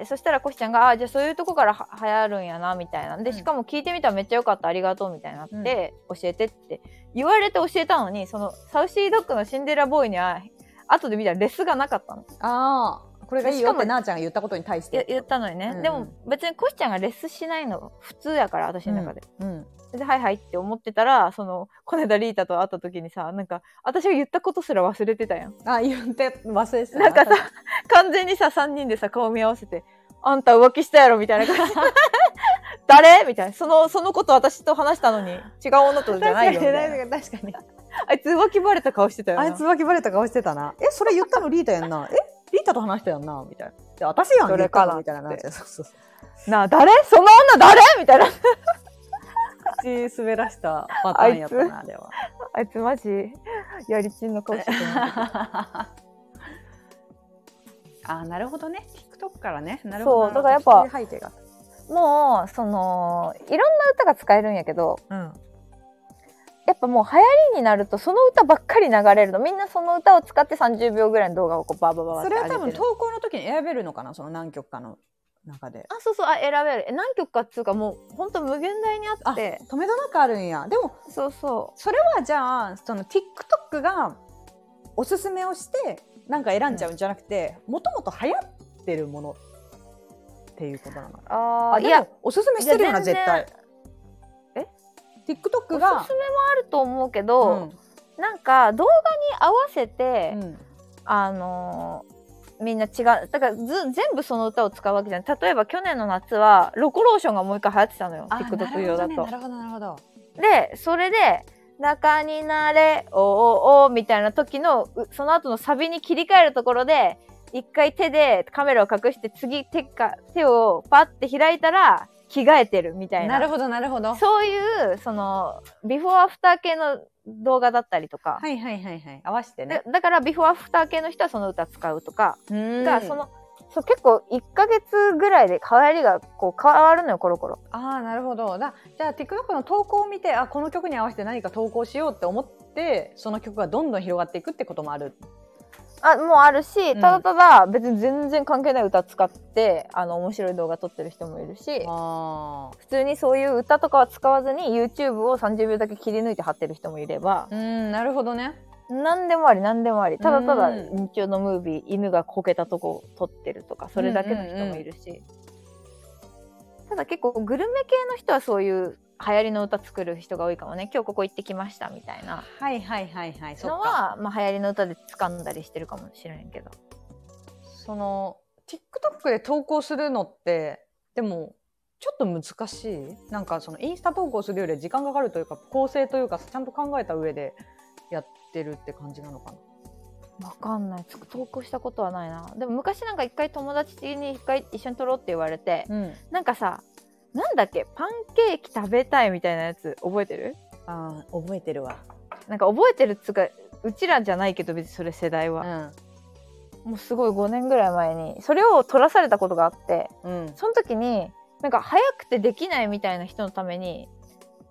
S2: でそしたらコシちゃんがああーじゃあそういうとこからは流行るんやなみたいなで
S1: うん
S2: しかも聞いてみたらめっちゃよかったありがとうみたいになって、教えてって言われて教えたのにそのサウシードッグのシンデレラボーイには後で見たらレスがなかったの
S1: ああ、これがいいよ
S2: し
S1: っ
S2: かも
S1: てなあちゃんが言ったことに対し
S2: や
S1: て。
S2: 言ったのにね、
S1: うんうん
S2: でも別にコシちゃんがレスしないの普通やから私の中で。
S1: うん。
S2: で、はいはいって思ってたら、その、この間リータと会った時にさ、なんか、私が言ったことすら忘れてたやん。
S1: あ、言って忘れてた。
S2: なんかさ、完全にさ、3人でさ、顔見合わせて、あんた浮気したやろみたいな 感じ。誰みたいな。その、そのこと私と話したのに、違う女とじゃ
S1: 確
S2: な
S1: か
S2: い
S1: に
S2: よみたいな。
S1: 確かに確かに。
S2: あいつ浮気バレた顔してたよな。
S1: あいつ脇バレた顔してたな。え、それ言ったのリータやんな。え、リータと話したやんなみたいな。で私やん
S2: それ
S1: 言った
S2: か
S1: の
S2: な
S1: みたいなな
S2: っ
S1: ってちゃん。そうそうそう。
S2: なあ、誰その女誰みたいな。
S1: 口滑らしたパターンやったな、あれは。
S2: あいつマジ、やりちんの顔してたな。
S1: あーなるほどね TikTok からねなるほ
S2: そ
S1: ど
S2: うだからやっぱ
S1: そういう背景が
S2: もう、その、いろんな歌が使えるんやけど、
S1: うん
S2: やっぱもう流行りになるとその歌ばっかり流れるのみんなその歌を使って30秒ぐらいの動画をこうバーバーバーバー
S1: そ
S2: って
S1: れは
S2: 上
S1: 多
S2: げ
S1: 分
S2: てる
S1: 投稿の時に選べるのかなその何曲かの中で
S2: あそうそうあ選べるえ何曲かっつうかもうほんと無限大にあ
S1: あ
S2: って
S1: 止めどなくあるんやでも
S2: そうそ
S1: それはじゃあその TikTok がおすすめをしてなんか選んじゃうんじゃなくてもともと流行ってるものっていうことなの
S2: うあ
S1: あ
S2: あ
S1: い
S2: いや
S1: やおすすめしてるよない
S2: や
S1: 絶対
S2: え
S1: TikTok
S2: おすすめ
S1: が
S2: もあると思うけど、なんか動画に合わせて、
S1: うんうん
S2: あのーみんな違うだからず全部その歌を使うわけじゃない例えば去年の夏はロコローションがもう一回流行ってたのよ
S1: あ
S2: TikTok 用だと、
S1: なるほどねなるほどなるほど
S2: でそれで「中になれおーおーおー」みたいな時のうその後のサビに切り替えるところで一回手でカメラを隠して次手か手をパッて開いたら着替えてるみたいな
S1: なるほどなるほど
S2: そういうそのビフォーアフター系の動画だったりとか、
S1: はいはいはいはい合わせてね
S2: でだからビフォーアフター系の人はその歌使うとか
S1: が
S2: が、そのそう結構1ヶ月ぐらいで流行りがこう変わるのよコロコロ。
S1: ああなるほどだじゃあ TikTok の投稿を見てあこの曲に合わせて何か投稿しようって思ってその曲がどんどん広がっていくってこともある
S2: あもうあるし
S1: ん
S2: ただただ別に全然関係ない歌使って、あの面白い動画撮ってる人もいるし
S1: あ
S2: 普通にそういう歌とかは使わずに YouTube を30秒だけ切り抜いて貼ってる人もいれば
S1: うんなるほどね
S2: 何でもあり何でもありただただ
S1: う
S2: 日曜のムービー犬がこけたとこ撮ってるとかそれだけの人もいるし、ただ結構グルメ系の人はそういう流行りの歌作る人が多いかもね今日ここ行ってきましたみたいな
S1: はいはいはいはいそ
S2: の
S1: っか
S2: は、まあ、流行りの歌で掴んだりしてるかもしれんけど。
S1: その TikTok で投稿するのってでもちょっと難しいなんかそのインスタ投稿するよりは時間がかかるというか構成というかちゃんと考えた上でやってるって感じなのかな
S2: わかんないつ投稿したことはないなでも昔なんか一回友達に一回一緒に撮ろうって言われて、
S1: うん
S2: なんかさなんだっけパンケーキ食べたいみたいなやつ覚えてる
S1: あー覚えてるわ。
S2: なんか覚えてるっつうかうちらじゃないけど別にそれ世代
S1: う
S2: は、
S1: ん。
S2: もうすごい5年ぐらい前にそれを取らされたことがあって
S1: うん。
S2: その時になんか早くてできないみたいな人のために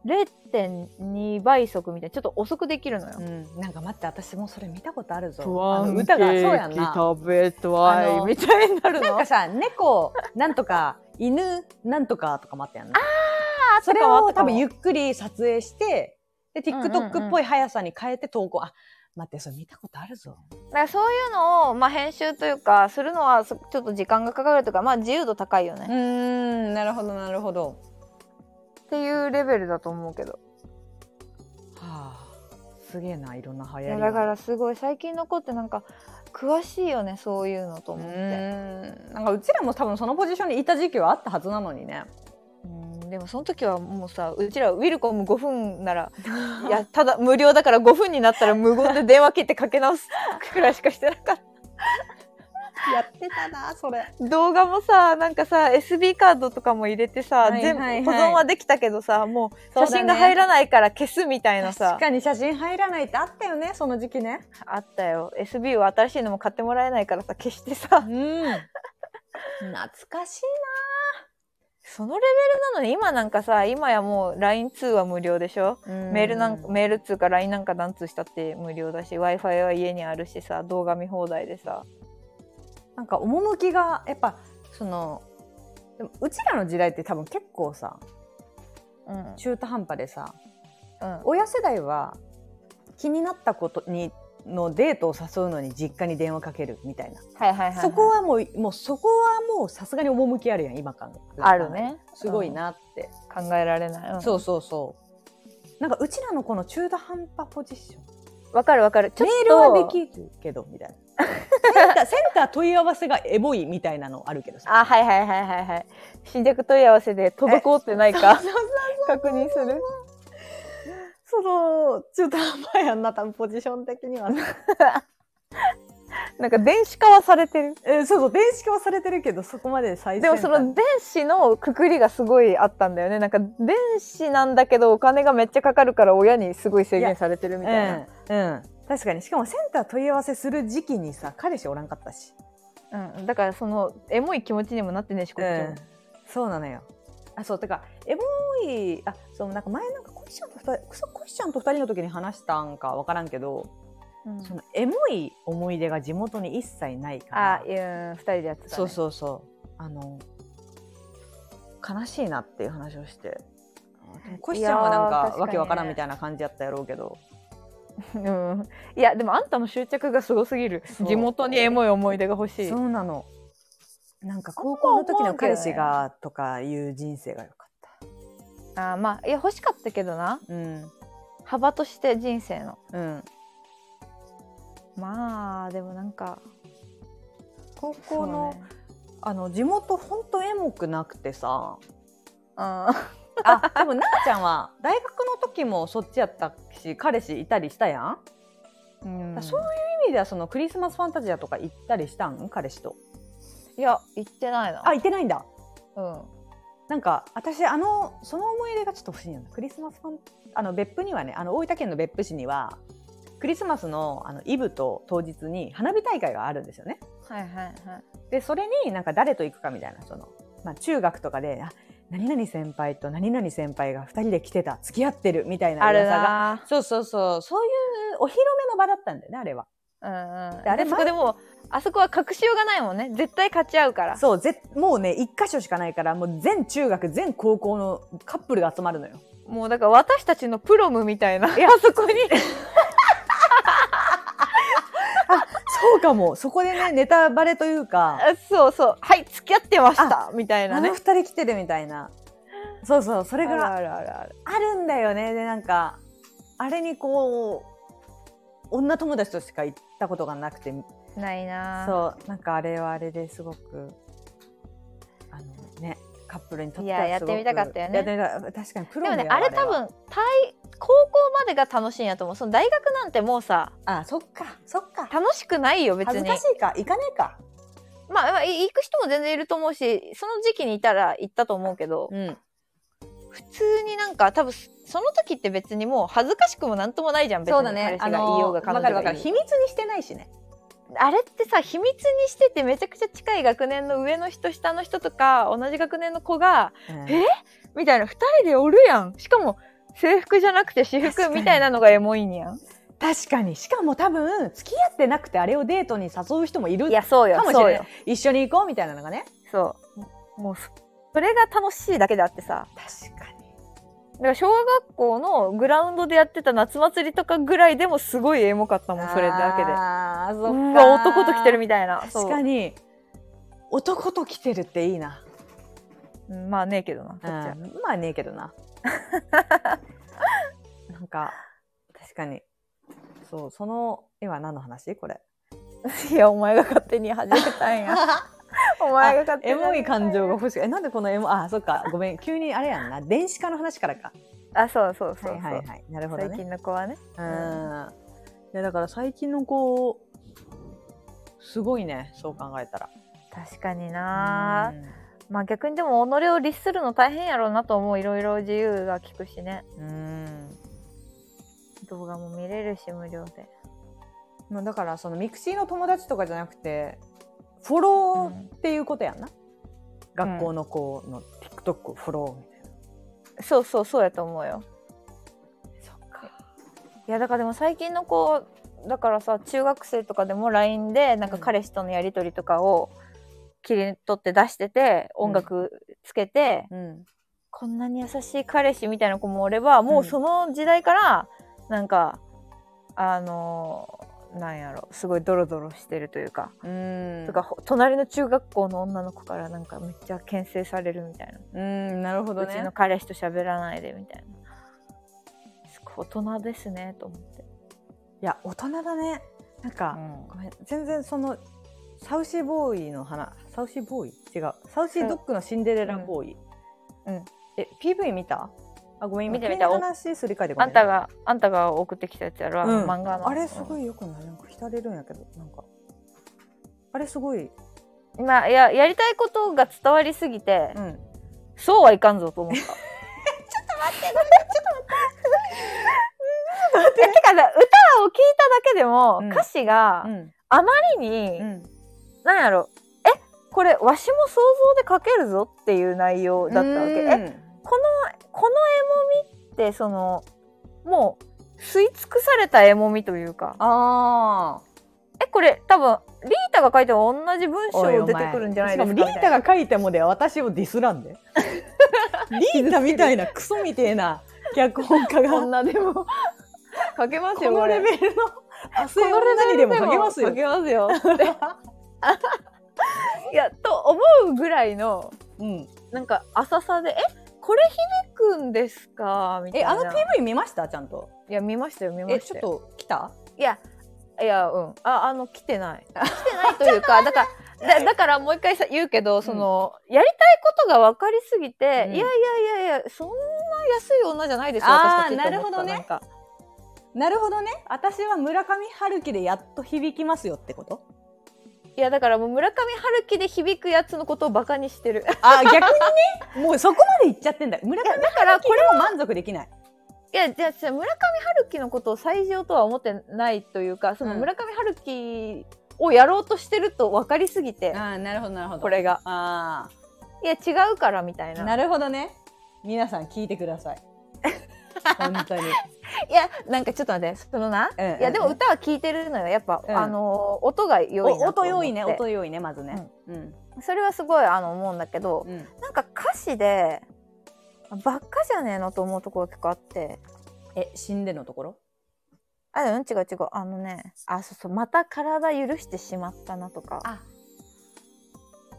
S2: 0.2倍速みたいなちょっと遅くできるのよ
S1: う。ん、なんか待って私もそれ見たことあるぞ
S2: パン
S1: あの歌がそうやん
S2: ケーキ
S1: な
S2: 食べた
S1: あ
S2: い
S1: の
S2: みたいになる
S1: なん
S2: の
S1: かさ猫なんとか犬なんとかとかもあったやんな
S2: あ
S1: それ
S2: あ
S1: を
S2: ったか
S1: 多
S2: も
S1: 分ゆっくり撮影してで
S2: うんうんうん
S1: TikTok っぽい速さに変えて投稿、あ待ってそれ見たことあるぞ
S2: だからそういうのを、まあ、編集というかするのはそちょっと時間がかかるというか、まあ、自由度高いよね、っ
S1: んなるほどなるほど
S2: ていうレベルだと思うけど
S1: はあすげえないろんな流行
S2: い
S1: り
S2: や
S1: が
S2: だからすごい最近の子ってなんか詳しいよねそういうのと
S1: う
S2: 思って
S1: ーんなんかうちらも多分そのポジションにいた時期はあったはずなのにね
S2: うんでもその時はもうさうちらウィルコム5分ならい やただ無料だから5分になったら無言で電話切ってか け直すくらいしかしてなかっ
S1: やってたなそれ
S2: た動画もさなんかさ SD カードとかも入れてさ、
S1: はいはいはい
S2: 全部保存はできたけどさもう写真が入らないから消すみたいなさ
S1: 確かに写真入らないってあったよねその時期ね
S2: あったよ SB は新しいのも買ってもらえないからさ決してさ
S1: うん懐かしい
S2: そのレベルなのに今なんかさ今やもう LINE 通話無料でしょ、
S1: な
S2: メールなんかメール通か LINE なんか何通したって無料だし w i f i は家にあるしさ動画見放題でさ
S1: なんか趣がやっぱそのでもうちらの時代って多分結構さ
S2: うんうん
S1: 中途半端でさ
S2: あ
S1: 親世代は気になったことにのデートを誘うのに実家に電話かけるみたいな、
S2: はいはいはい、
S1: そこはもうもうそこはもうさすがに趣あるやん今感が
S2: あるね
S1: すごいなって、
S2: 考えられない、うん
S1: そうそうそうなんかうちらのこの中途半端ポジション
S2: わかるわかるちょっ
S1: メ
S2: と
S1: ールはできるけどみ たいなセンターセンター問い合わせがエモいみたいなのあるけどさ
S2: あはいはいはいはいはい新着問い合わせで滞ってないか確認する
S1: その中途半端やんな多分ポジション的 にはね
S2: なんか電子化はされてる
S1: えそうそう電子化はされてるけどそこまで最
S2: でもその電子のくくりがすごいあったんだよねなんか電子なんだけどお金がめっちゃかかるから親にすごい制限されてるみたいな
S1: うん、うん、確かにしかもセンター問い合わせする時期にさ彼氏おらんかったし、
S2: うん、だからそのエモい気持ちにもなってねえしこっちも、
S1: そうなのよあそうてかエモいあそうなんか前なんかコイちゃんと二人そうコイちゃんと二人の時に話したんかわからんけど、
S2: うん
S1: そのエモい思い出が地元に一切ないから
S2: あいや2人でやってた、ね、
S1: そうそうそうあの悲しいなっていう話をしてでもコシちゃんはなん
S2: いやー
S1: か
S2: 確かにね
S1: わけわからんみたいな感じやったやろうけど
S2: う、ん、いやでもあんたの執着がすごすぎる
S1: そう
S2: 地元にエモい思い出が欲しい
S1: そうなのなんか高校の時の彼氏
S2: あんま
S1: がとかいう人生が良かっ
S2: あまあいや欲しかったけどな
S1: たうん
S2: 幅として人生の
S1: うん
S2: まあでもなんか
S1: 高
S2: こ
S1: 校の,、
S2: の、
S1: あの地元ほんとエモくなくてさ
S2: あ
S1: あでもなあちゃんは大学の時もそっちやったし彼氏いたりしたやん、
S2: う
S1: だ
S2: ん
S1: からそういう意味ではそのクリスマスファンタジアとか行ったりしたん彼氏と
S2: いや行ってないな
S1: あ行ってないんだ
S2: うん
S1: なんか私あのその思い出がちょっと欲しいんだクリスマスファンあの別府にはねあの大分県の別府市にはクリスマスのあのイブと当日に花火大会があるんですよね
S2: はいはいはい。
S1: でそれになんか誰と行くかみたいなその、まあ、中学とかであ何々先輩と何々先輩が2人で来てた付き合ってるみたいな
S2: ある
S1: 噂が
S2: な
S1: そうそうそうそういうお披露目の場だったんだよねあれは
S2: うんうん。
S1: であ
S2: あ
S1: れ
S2: れそこでもうあそこは隠しようがないもんね。絶対勝ち合うから。
S1: そうぜもうね1箇所しかないからもう全中学全高校のカップルが集まるのよ
S2: もうだから私たちのプロムみたいな。いやあそこに。
S1: そうかもそこでねネタバレというか
S2: あ そうそう。はい付き合ってましたみたいな
S1: あの
S2: ね。
S1: 二人来てるみたいなそうそうそれが
S2: るあるある。
S1: あるんだよねでなんかあれにこう女友達としか行ったことがなくて
S2: ないな。う。
S1: そうなんかあれはあれですごくあのねカップルにとってはい
S2: や
S1: すごく
S2: やってみたかったよね
S1: やってみた確かにプ
S2: で
S1: ロ
S2: も
S1: の
S2: ね
S1: や
S2: あれ
S1: は
S2: 多分大高校までが楽しいんやと思う。その大学なんてもうさ
S1: あそっかそっか
S2: 楽しくないよ別
S1: 恥
S2: に
S1: ず。かしいか行かねえか
S2: まあまあい行く人も全然いると思うし、その時期にいたら行ったと思うけど。
S1: うん
S2: 普通になんか多分その時って別にもう恥ずかしくもなんともないじゃん別に
S1: そうだね。あ
S2: 彼氏が
S1: の
S2: 言いようが
S1: わ
S2: 彼
S1: か
S2: 女
S1: るわか
S2: が
S1: る。
S2: 言い
S1: 秘
S2: よう
S1: 密にしてないしね。
S2: があれってさ秘密にしててめちゃくちゃ近い学年の上の人下の人とか同じ学年の子がえみたいな二人でおるやんしかも制服じゃなくて私
S1: 確か
S2: 服
S1: に
S2: みたいなのがエモいんやん
S1: 確かに。しかも多分、付き合ってなくてあれをデートに誘う人もいる
S2: いやそうよ
S1: かもし
S2: そ
S1: れ
S2: う
S1: ない
S2: よ。
S1: 一緒に行こうみたいなのがね。
S2: そうもうそそれが楽しいだけであってさ
S1: 確かに。
S2: だから小学校のグラウンドでやってた夏祭りとかぐらいでもすごいエモかったもんそれだけで
S1: ああ、そっか。
S2: うわ男と来てるみたいな
S1: 確か
S2: に
S1: に。男と来てるっていいな。
S2: まあねえけどなこっち
S1: うん
S2: は、
S1: まあねえけど な。なんか、確かに。そう、その、今何の話 これ。
S2: いやお前が勝手に始めたん やお前が勝手
S1: エ
S2: に
S1: モい感情が欲しい。え、なんでこのエモ、あ、そっか、ごめん、急にあれやんな、電子化の話からか。
S2: あそうそうそうそう、
S1: はいはいはい、なるほど
S2: 最
S1: ね。
S2: 近の子はね
S1: うん。いや、だから最近の子。すごいね、そう考えたら。
S2: 確かにな
S1: うん
S2: まあ逆にでも己を律するの大変やろうなと思ういろいろ自由が利くしね
S1: うん。
S2: 動画も見れるし無料で、
S1: まあ、だから、そのミクシーの友達とかじゃなくて。フォローっていうことやんな。学校の子の TikTok をフォローみたいな。
S2: そうそうそうやと思うよ
S1: そっか。
S2: いやだからでも最近の子だからさ中学生とかでも LINE でなんか
S1: うん
S2: 彼氏とのやり取りとかを切り取って出してて
S1: うん
S2: 音楽つけて、
S1: うん。
S2: こんなに優しい彼氏みたいな子もおればもうその時代からなんか、あのーなんやろすごいドロドロしてるというか、
S1: うん
S2: とかほ隣の中学校の女の子からなんかめっちゃ牽制されるみたいな
S1: うん、なるほど
S2: うち
S1: ね
S2: の。彼氏と喋らないでみたいなすごい大人ですねと思って、
S1: いや、大人だね。なんか。ごめん全然そのサウシーボーイの花サウシーボーイ違うサウシードッグのシンデレラボーイ、
S2: うんうん
S1: え PV 見たあごめん今
S2: 見て
S1: 急
S2: 見
S1: に
S2: て
S1: 話すり替えてごめ
S2: あんたが、あんたが送ってきたやつやろ、あの
S1: うん
S2: 漫画の。
S1: あれすごいよくないなんか浸れるんやけどなんかあれすごい、
S2: うん。まあ、いや、やりたいことが伝わりすぎて、
S1: うん、
S2: そうはいかんぞと 思った。ちょっと待って、ちょっと待って。てかさ、歌を聞いただけでも、
S1: うん
S2: 歌詞が
S1: う、ん
S2: あまりに、
S1: うん、
S2: なんやろ、え、これ、わしも想像で書けるぞっていう内容だったわけ。え、このエモみって、その、もう、吸い尽くされたエモみというか。
S1: あ
S2: えこれ多分リータが書いても同じ文
S1: おい
S2: 章
S1: お
S2: 出
S1: 前
S2: てくるんじゃない
S1: し
S2: で
S1: か
S2: す
S1: も
S2: か
S1: リータ
S2: み
S1: が書いてもで私をディスら んでリータみたいなクソみてえな脚本家
S2: たいな
S1: が
S2: こんなでも 書けます
S1: こ
S2: よ
S1: の
S2: こ
S1: レ
S2: れ
S1: ベルの汗
S2: このレ
S1: 女に
S2: ベル
S1: でも書けますよ
S2: 書けます よいやと思うぐらいの
S1: うん、
S2: なんか浅さでえこれ響くんですかみたい
S1: え
S2: な
S1: あの PV 見ましたちゃんと
S2: いや見ましたよ見ま
S1: え
S2: し
S1: ち
S2: た
S1: ょっ
S2: よ
S1: と来た
S2: いやいやうんああの来てない 来てないというかだからだだからもう一回さ言うけどその、やりたいことが分かりすぎて、
S1: うん
S2: いやいやいやいやそんな安い女じゃないですよ
S1: あー
S2: 私たちって思った
S1: なるほどね
S2: なんか
S1: なるほどね私は村上春樹でやっと響きますよってこと
S2: いやだからもう村上春樹で響くやつのことをバカにして る
S1: あ逆にねもうそこまでいっちゃってんだ村上
S2: だから
S1: これも満足できない
S2: いやじゃあじゃあ村上春樹のことを最上とは思ってないというかそ
S1: う
S2: の
S1: ん
S2: 村上春樹をやろうとしてると分かりすぎて、
S1: あなるほどなるほ
S2: これが
S1: あ
S2: いや違うからみたい
S1: あ
S2: な
S1: なるほどね皆さん聞いてくだ さい本当に、
S2: いやなんかちょっと待ってそのな、
S1: うん
S2: いやでも
S1: うん
S2: 歌は聴いてるのよやっぱ、
S1: うん
S2: あのー音が良いなと思って
S1: お音良いね音良いねまずねうん
S2: それはすごいあの思うんだけど
S1: うん
S2: なんか歌詞でばっかじゃねえのと思うところが結構あって
S1: え死んでのところ
S2: あうん違う違うあのねあそうそうまた体許してしまったなとか
S1: あ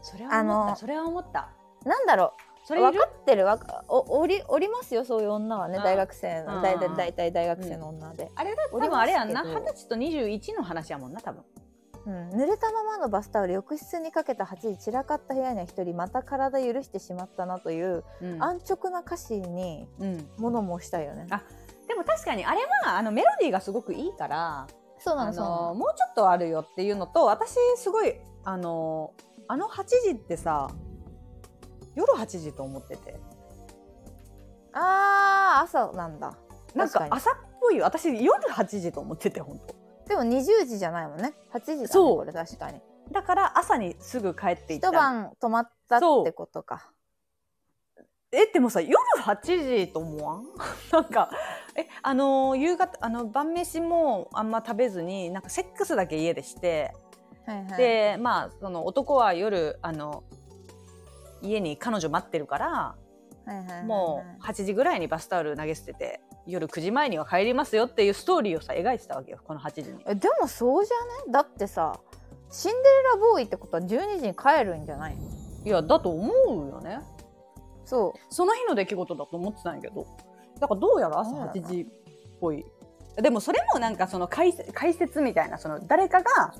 S1: それは思った
S2: あの
S1: それは思った
S2: なんだろ
S1: そうれい
S2: 分
S1: る
S2: かってるわかおおりおりますよそういう女はね
S1: あ
S2: 大学生の
S1: あ
S2: 大
S1: あ
S2: 体大体大学生の女で、
S1: あれだ多
S2: おり
S1: 分
S2: ます
S1: あれ
S2: けど
S1: やんな二十歳と21の話やもんな多分
S2: うん濡れたままのバスタオル浴室にかけた鉢に散らかった部屋には一人また体許してしまったなという
S1: うん
S2: 安直な歌詞に
S1: うん
S2: 物申したいよね
S1: あでも確かにあれはあのメロディーがすごくいいから、
S2: そうな
S1: あ
S2: のそうな
S1: の
S2: の
S1: もうちょっとあるよっていうのと私すごいあのあの8時ってさ夜8時と思ってて
S2: あー、朝なんだ。
S1: なん
S2: 確か
S1: か
S2: に
S1: 朝っぽいよ私夜8時と思ってて本当
S2: でも20時じゃないもんね。8時だね、
S1: そう
S2: これ確かに。
S1: だから朝にすぐ帰っていった
S2: 一晩泊まったってことか。
S1: えでもさ夜8時と思わん なんかえあのー夕方あの晩飯もあんま食べずになんかセックスだけ家でして、
S2: はいはい。
S1: でまあその男は夜あの家に彼女待ってるから
S2: はいはいはいはい
S1: もう8時ぐらいにバスタオル投げ捨てて夜9時前には帰りますよっていうストーリーをさ描いてたわけよこの8時に。
S2: えでもそうじゃねだってさシンデレラボーイってことは12時に帰るんじゃないの
S1: いやだと思うよね
S2: そ
S1: その日の出来事だと思ってたんやけどだからどうやら朝
S2: そうなの
S1: 8時っぽい。でもそれもなんかその解説解説みたいなその誰かが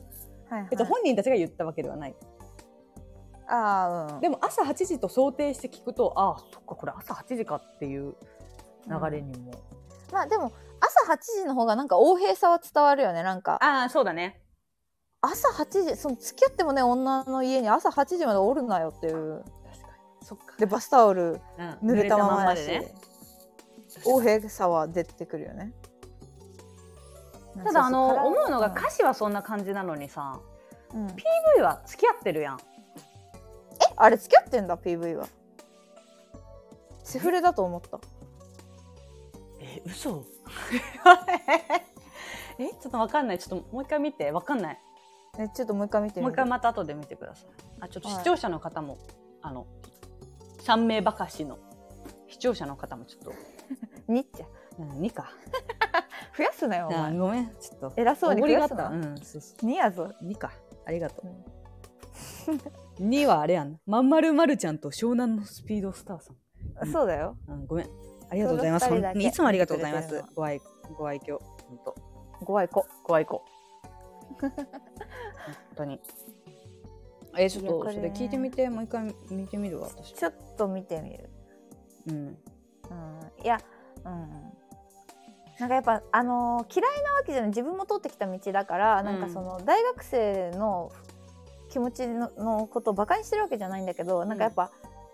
S2: う、はいはい
S1: えっと、本人たちが言ったわけではない、
S2: ああうん
S1: でも朝8時と想定して聞くとああそっかこれ朝8時かっていう流れにも、
S2: まあでも朝8時の方がなんか横平さは伝わるよねなんか
S1: ああそうだね
S2: 朝8時その付き合ってもね女の家に朝8時までおるなよっていう
S1: 確かにそっか
S2: でバスタオ
S1: う
S2: ル
S1: ん
S2: 濡れたままだし
S1: お
S2: 横平さは出てくるよね
S1: ただあの
S2: そうそう
S1: 思うのが
S2: ん
S1: 歌詞はそんな感じなのにさ
S2: うん
S1: PV は付き合ってるやん
S2: えあれ付き合ってんだ PV はセフレだと思った
S1: え嘘 えちょっとわかんないちょっともう一回見てわかんない
S2: ねちょっともう一回見てみ
S1: もう
S2: る
S1: 一回また後で見てくださいあちょっと視聴者の方も、あの3名ばかしの視聴者の方もちょっと、
S2: にっちゃ
S1: うん、2か
S2: 増やすなよお
S1: あ
S2: 前
S1: ごめんちょっと
S2: 偉そうに
S1: おごり
S2: 増
S1: があ
S2: や
S1: っ
S2: す
S1: た
S2: な、
S1: うんそうそ
S2: にやぞ
S1: う2かありがと
S2: う
S1: う2はあれやんまんまるまるちゃんと湘南のスピードスターさん、うん
S2: そうだよ
S1: うん、ごめんありがとうございます
S2: その二
S1: 本
S2: 人だ
S1: 当
S2: け
S1: にいつもありがとうございま
S2: 見てくれ
S1: す
S2: てる
S1: ご愛ご愛嬌本当
S2: ご愛子
S1: ご愛嬌本当にえちょっ
S2: いや
S1: と
S2: これ
S1: それ聞いてみてもう一回見てみるわ私
S2: ちょっと見てみる、
S1: うん
S2: うん、いやうんなんかやっぱあのー嫌いなわけじゃない自分も通ってきた道だから、なんかその大学生の気持ちののことをバカにしてるわけじゃないんだけど、なんかやっぱ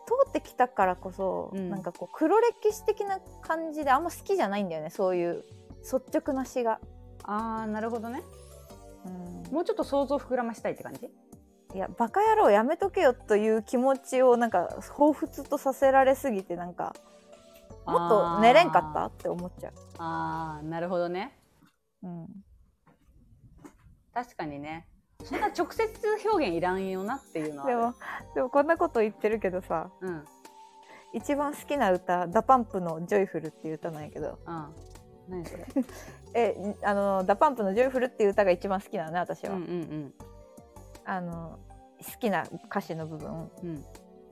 S2: 通ってきたからこそ、
S1: うん
S2: なんかこう黒歴史的な感じであんま好きじゃないんだよねそういう率直な詩が、
S1: ああなるほどね
S2: うん、
S1: もうちょっと想像膨らましたいって感じ
S2: いやバカ野郎やめとけよという気持ちをなんか彷彿とさせられすぎてなんかもっと寝れんかったって思っちゃ
S1: たあーあーなるほどね
S2: う、うん、
S1: 確かにねそんな直接表現いらんよなっていうのはあ
S2: で
S1: る
S2: もでもこんなこと言ってるけどさ
S1: うんうん
S2: 一番好きな歌ダパンプの「ジョイフル」っていう歌なんやけど
S1: 何それ
S2: えあのダパンプの「ジョイフル」っていう歌が一番好きなのね私
S1: うん
S2: は、
S1: うんうん
S2: あの好きな歌詞の部分
S1: うん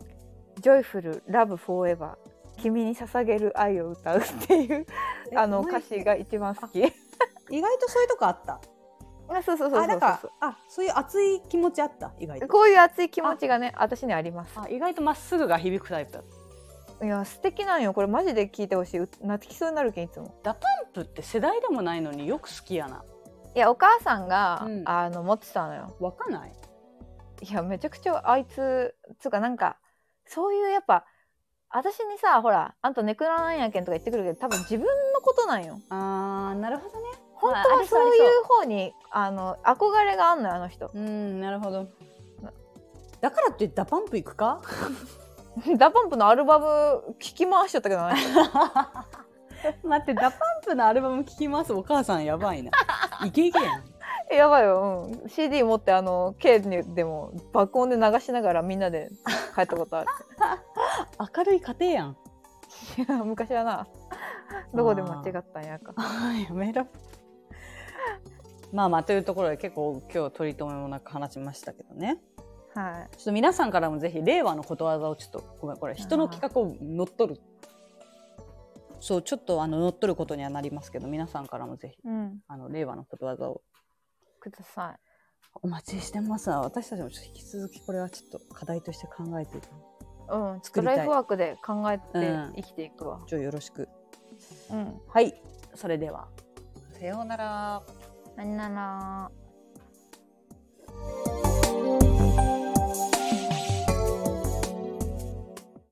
S2: 「ジョイフルラブフォーエバー君に捧げる愛を歌う」っていうあの歌詞が一番好き
S1: 意外とそういうとこあった
S2: あ そうそうそうそうそう
S1: あなんかあそういう熱い気持ちあった意外と
S2: こういう熱い気持ちがね私にはあります
S1: あ意外とまっすぐが響くタイプだった
S2: いや素敵なんよこれマジで聞いてほしいう泣きそうになるけんいつも
S1: タンプって世代でもないのによく好きやない
S2: やお母さんが、
S1: うん
S2: あの持ってたのよ
S1: わかんない
S2: いやめちゃくちゃあいつつうかなんかそういうやっぱ私にさほらあんたネクラなんやけんとか言ってくるけど多分自分のことなんよ
S1: あーなるほどね
S2: 本
S1: あ
S2: 当
S1: あ
S2: は
S1: りそう
S2: そ
S1: あ
S2: う
S1: り
S2: い
S1: そう
S2: う方にあの憧れがあんのよあの人
S1: うんなるほどだからってダパンプ行くか
S2: ダパンプのアルバム聞き回しちゃったけどな
S1: 待ってダパンプのアルバム聴きますお母さんやばい なイケイケやん
S2: やばいよ、うん、CD 持ってあの K にでも爆音で流しながらみんなで帰ったことある
S1: 明るい家庭やん
S2: いや 昔はなどこで間違ったんやか
S1: やめろまあまあというところで結構今日取り留めもなく話しましたけどね
S2: はい
S1: ちょっと皆さんからもぜひ令和のことわざをちょっとごめんこれ人の企画を乗っ取るそうちょっとあの乗っ取ることにはなりますけど皆さんからもぜひ
S2: うん、
S1: あの令和のことわざを
S2: ください。
S1: お待ちしてます私たちもちょっと引き続きこれはちょっと課題として考えていく
S2: うん、
S1: 作りたい
S2: ライフワークで考えて
S1: うん
S2: 生きていくわ。
S1: ちょよろしく
S2: うん、
S1: はいそれではさようなら
S2: 何なら。